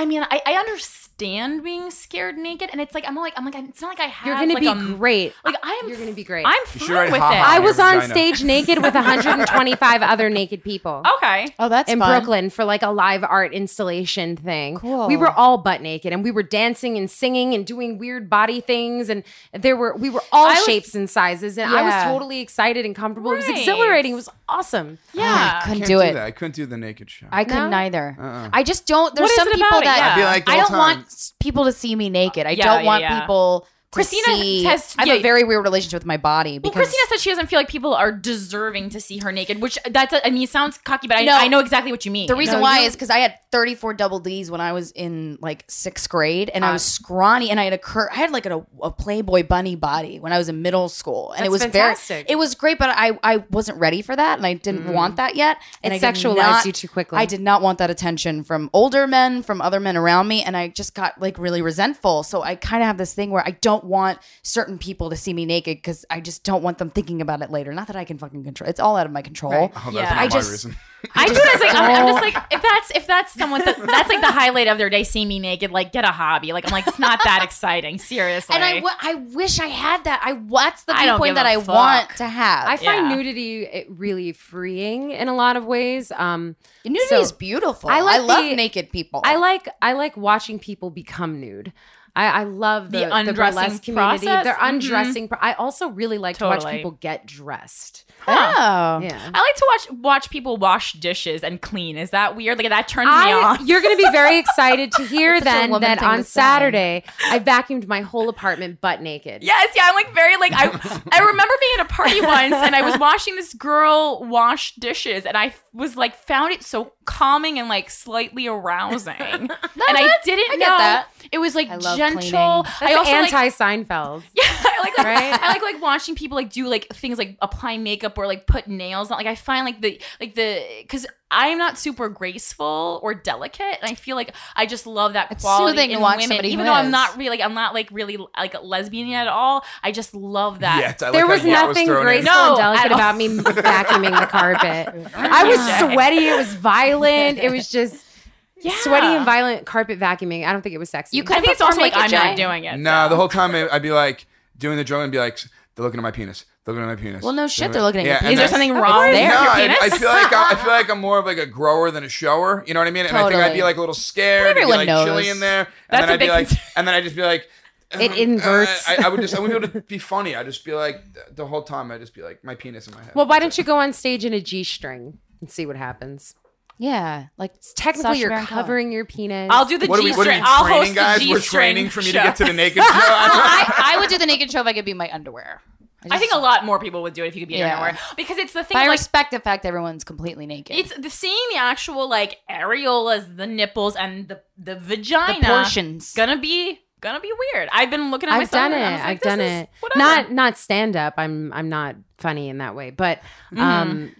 I mean, I, I understand being scared naked, and it's like I'm like I'm like I- it's not like I have. You're gonna like, be a- great. Like I am. You're gonna be great. I'm You should fine write with it. ha ha I on your was on vagina. stage naked with 125 other naked people. okay. Oh, that's in fun. Brooklyn for like a live art installation thing. Cool. We were all butt naked and we were dancing and singing and doing weird body things and there were we were all I was- shapes and sizes and I Yeah. was totally excited and comfortable. It Right. was exhilarating. It was awesome. Yeah. Oh, Couldn't Can't do it. that. I couldn't do the naked show. I couldn't No? either. Uh-uh. I just don't. There's What is some it people about it? that Yeah. I'd be like the I whole don't want time. s- people to see me naked. I Yeah, don't yeah, want yeah. people. To Christina see, has- I have yeah. a very weird relationship with my body. Well, Because Christina said she doesn't feel like people are deserving to see her naked, which that's a, I mean, it sounds cocky, but I, No. I know exactly what you mean. The reason No, why you- is because I had 34 double D's when I was in like sixth grade, and I Uh. was scrawny, and I had a cur- I had like a, a Playboy bunny body when I was in middle school, and it That's was fantastic. Mm. very, it was great, but I I wasn't ready for that, and I didn't want that yet. And It I did sexualized not- you too quickly. I did not want that attention from older men, from other men around me, and I just got like really resentful. So I kind of have this thing where I don't want certain people to see me naked because I just don't want them thinking about it later. Not that I can fucking control; it's all out of my control. oh, that's Yeah. not I my just- reason. I do it as like I'm, I'm just like if that's if that's someone that, that's like the highlight of their day, see me naked, like get a hobby. Like I'm like it's not that exciting, seriously. And I, w- I wish I had that. I that's the I don't viewpoint give that a I fuck. want to have. I find Yeah. nudity it really freeing in a lot of ways. Um Nudity so- is beautiful. I, I like love the- naked people. I like I like watching people become nude. I, I love The the, undressing burlesque community. process? They're Mhm. undressing. pro- I also really like to watch Totally. people get dressed. Oh, Yeah. I like to watch watch people wash dishes and clean. Is that weird? Like that turns me I, on. you're going to be very excited to hear That's such a then woman that thing on to say. Saturday I vacuumed my whole apartment butt naked. Yes, yeah, I'm like very like I I remember being at a party once and I was watching this girl wash dishes and I was like found it so calming and like slightly arousing. and I didn't get know that. it was like I love gentle. cleaning. I also like, anti Seinfeld. yeah, I like, like Right? I like like watching people like do like things like apply makeup or like put nails on. Like I find like the like the because I'm not super graceful or delicate, and I feel like I just love that It's quality soothing to in watch women. somebody who even though I'm is. not really like I'm not like really like a lesbian yet at all. I just love that. Yeah, I like there how was Yat nothing thrown in. graceful No, and delicate at all. about me vacuuming the carpet. I was sweaty. It was violent. It was just sweaty and violent carpet vacuuming. I don't think it was sexy. You could- I think it's also like Perform I'm naked, not Jay. doing it. No, the whole time I- I'd be like doing the drum and be like, they're looking at my penis. They're looking at my penis. Well, no shit, they're looking at your and penis. Is there that's- something wrong there? No, Your I, penis? I feel like I, I feel like I'm more of like a grower than a shower. You know what I mean? And I think I'd Totally. be like a little scared. Everyone and be like chilly knows. in there. That's and then a I'd be big like, concern. and then I'd just be like, "Uh, It inverts. I, I would just I wouldn't be able to be funny. I'd just be like th- the whole time. I'd just be like my penis in my head. well, why don't you go on stage in a G string and see what happens? yeah, like Technically, Sacha you're Baron Cohen. covering your penis. I'll do the What are G we? What are we string. I'll training, host guys? the G We're string. training from you to get to the naked. show. I I, I would do the naked show if I could be my underwear. just- I think a lot more people would do it if you could be in Yeah. underwear because it's the thing. But I of, like, respect the fact that everyone's completely naked. It's the seeing the actual like areolas, the nipples, and the the the vagina. portions. Gonna be gonna be weird. I've been looking at I've myself. done it. and I was like, I've this done is it. whatever. Not not stand up. I'm I'm not funny in that way, but Mm-hmm. um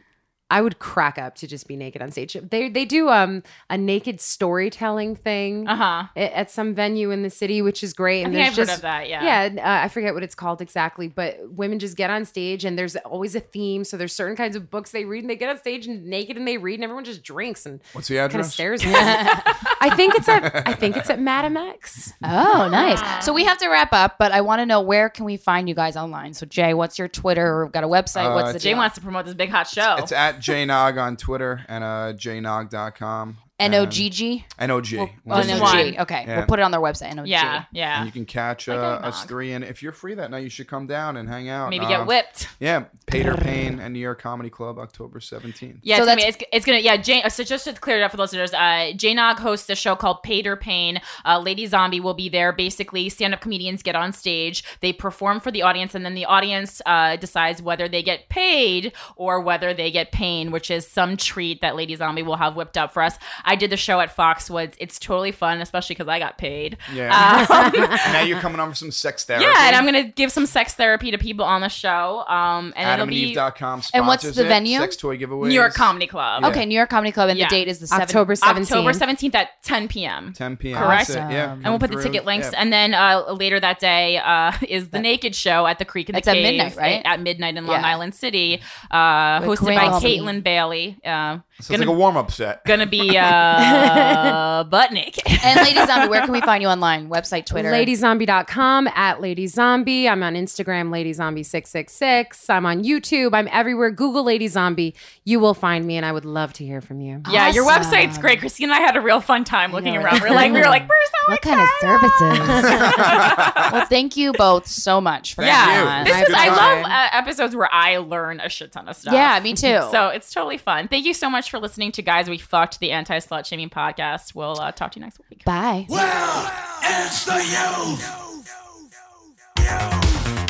I would crack up to just be naked on stage. They they do um a naked storytelling thing Uh huh. a- at some venue in the city, which is great. I And think I've there's heard just of that. Yeah. yeah, and, uh, I forget what it's called exactly, but women just get on stage and there's always a theme. So there's certain kinds of books they read and they get on stage and naked and they read and everyone just drinks and What's the kind of address? stares. at them. I think it's at I think it's at Madam X. oh, nice. So we have to wrap up, but I want to know where can we find you guys online? So Jay, what's your Twitter? We've got a website. Uh, what's the Jay deal? wants to promote this big hot show. It's at jnog on Twitter and uh, jnog.com. N O G G. N O G. Oh, Just N O one. G. Okay, Yeah. we'll put it on their website. N O G. yeah. Yeah. And you can catch uh, Like a us nog. three. And if you're free that night, you should come down and hang out. Maybe Uh, get whipped. Yeah, Pater Payne and New York Comedy Club, October 17th. Yeah, so So it's, gonna that's- be- it's, it's gonna yeah. Jane, uh, so just to clear it up for the listeners, uh, Jay Nog hosts a show called Pater Pain. Uh, Lady Zombie will be there. Basically, stand-up comedians get on stage, they perform for the audience, and then the audience uh, decides whether they get paid or whether they get pain, which is some treat that Lady Zombie will have whipped up for us. I did the show at Foxwoods. It's totally fun, especially because I got paid. Yeah. Um, And now you're coming on for some sex therapy. yeah, and I'm gonna give some sex therapy to people on the show. Um, and it'll be AdamandEve.com sponsors And what's the it. venue? Sex toy giveaways. New York Comedy Club. Okay, New York Comedy Club, and Yeah. the date is the 7th. October seventeenth. October 17th at 10 p.m. 10 p.m. Correct. That's it. Yeah, Awesome. and we'll put the through. ticket links. Yeah. And then uh, later that day uh, is the Naked Show at the Creek in the It's at Cave midnight, right? At midnight in Long Yeah. Island City, uh, With hosted Graham by Hubbard. Caitlin Bailey. Uh, So it's like a warm up set. Gonna be uh, butt naked. And Lady Zombie, where can we find you online? Website, Twitter. LadyZombie.com at LadyZombie. I'm on Instagram, LadyZombie666. I'm on YouTube. I'm everywhere. Google Lady Zombie. You will find me, and I would love to hear from you. Yeah, your website's great. Christine and I had a real fun time looking around. We were like, we were like, where's that? What kind of services? well, thank you both so much for coming Yeah, on. this is. I appreciate love it. uh, episodes where I learn a shit ton of stuff. Yeah, me too. So it's totally fun. Thank you so much for listening to guys. We fucked the anti slut shaming podcast. We'll uh, talk to you next week. Bye. Well, it's the youth.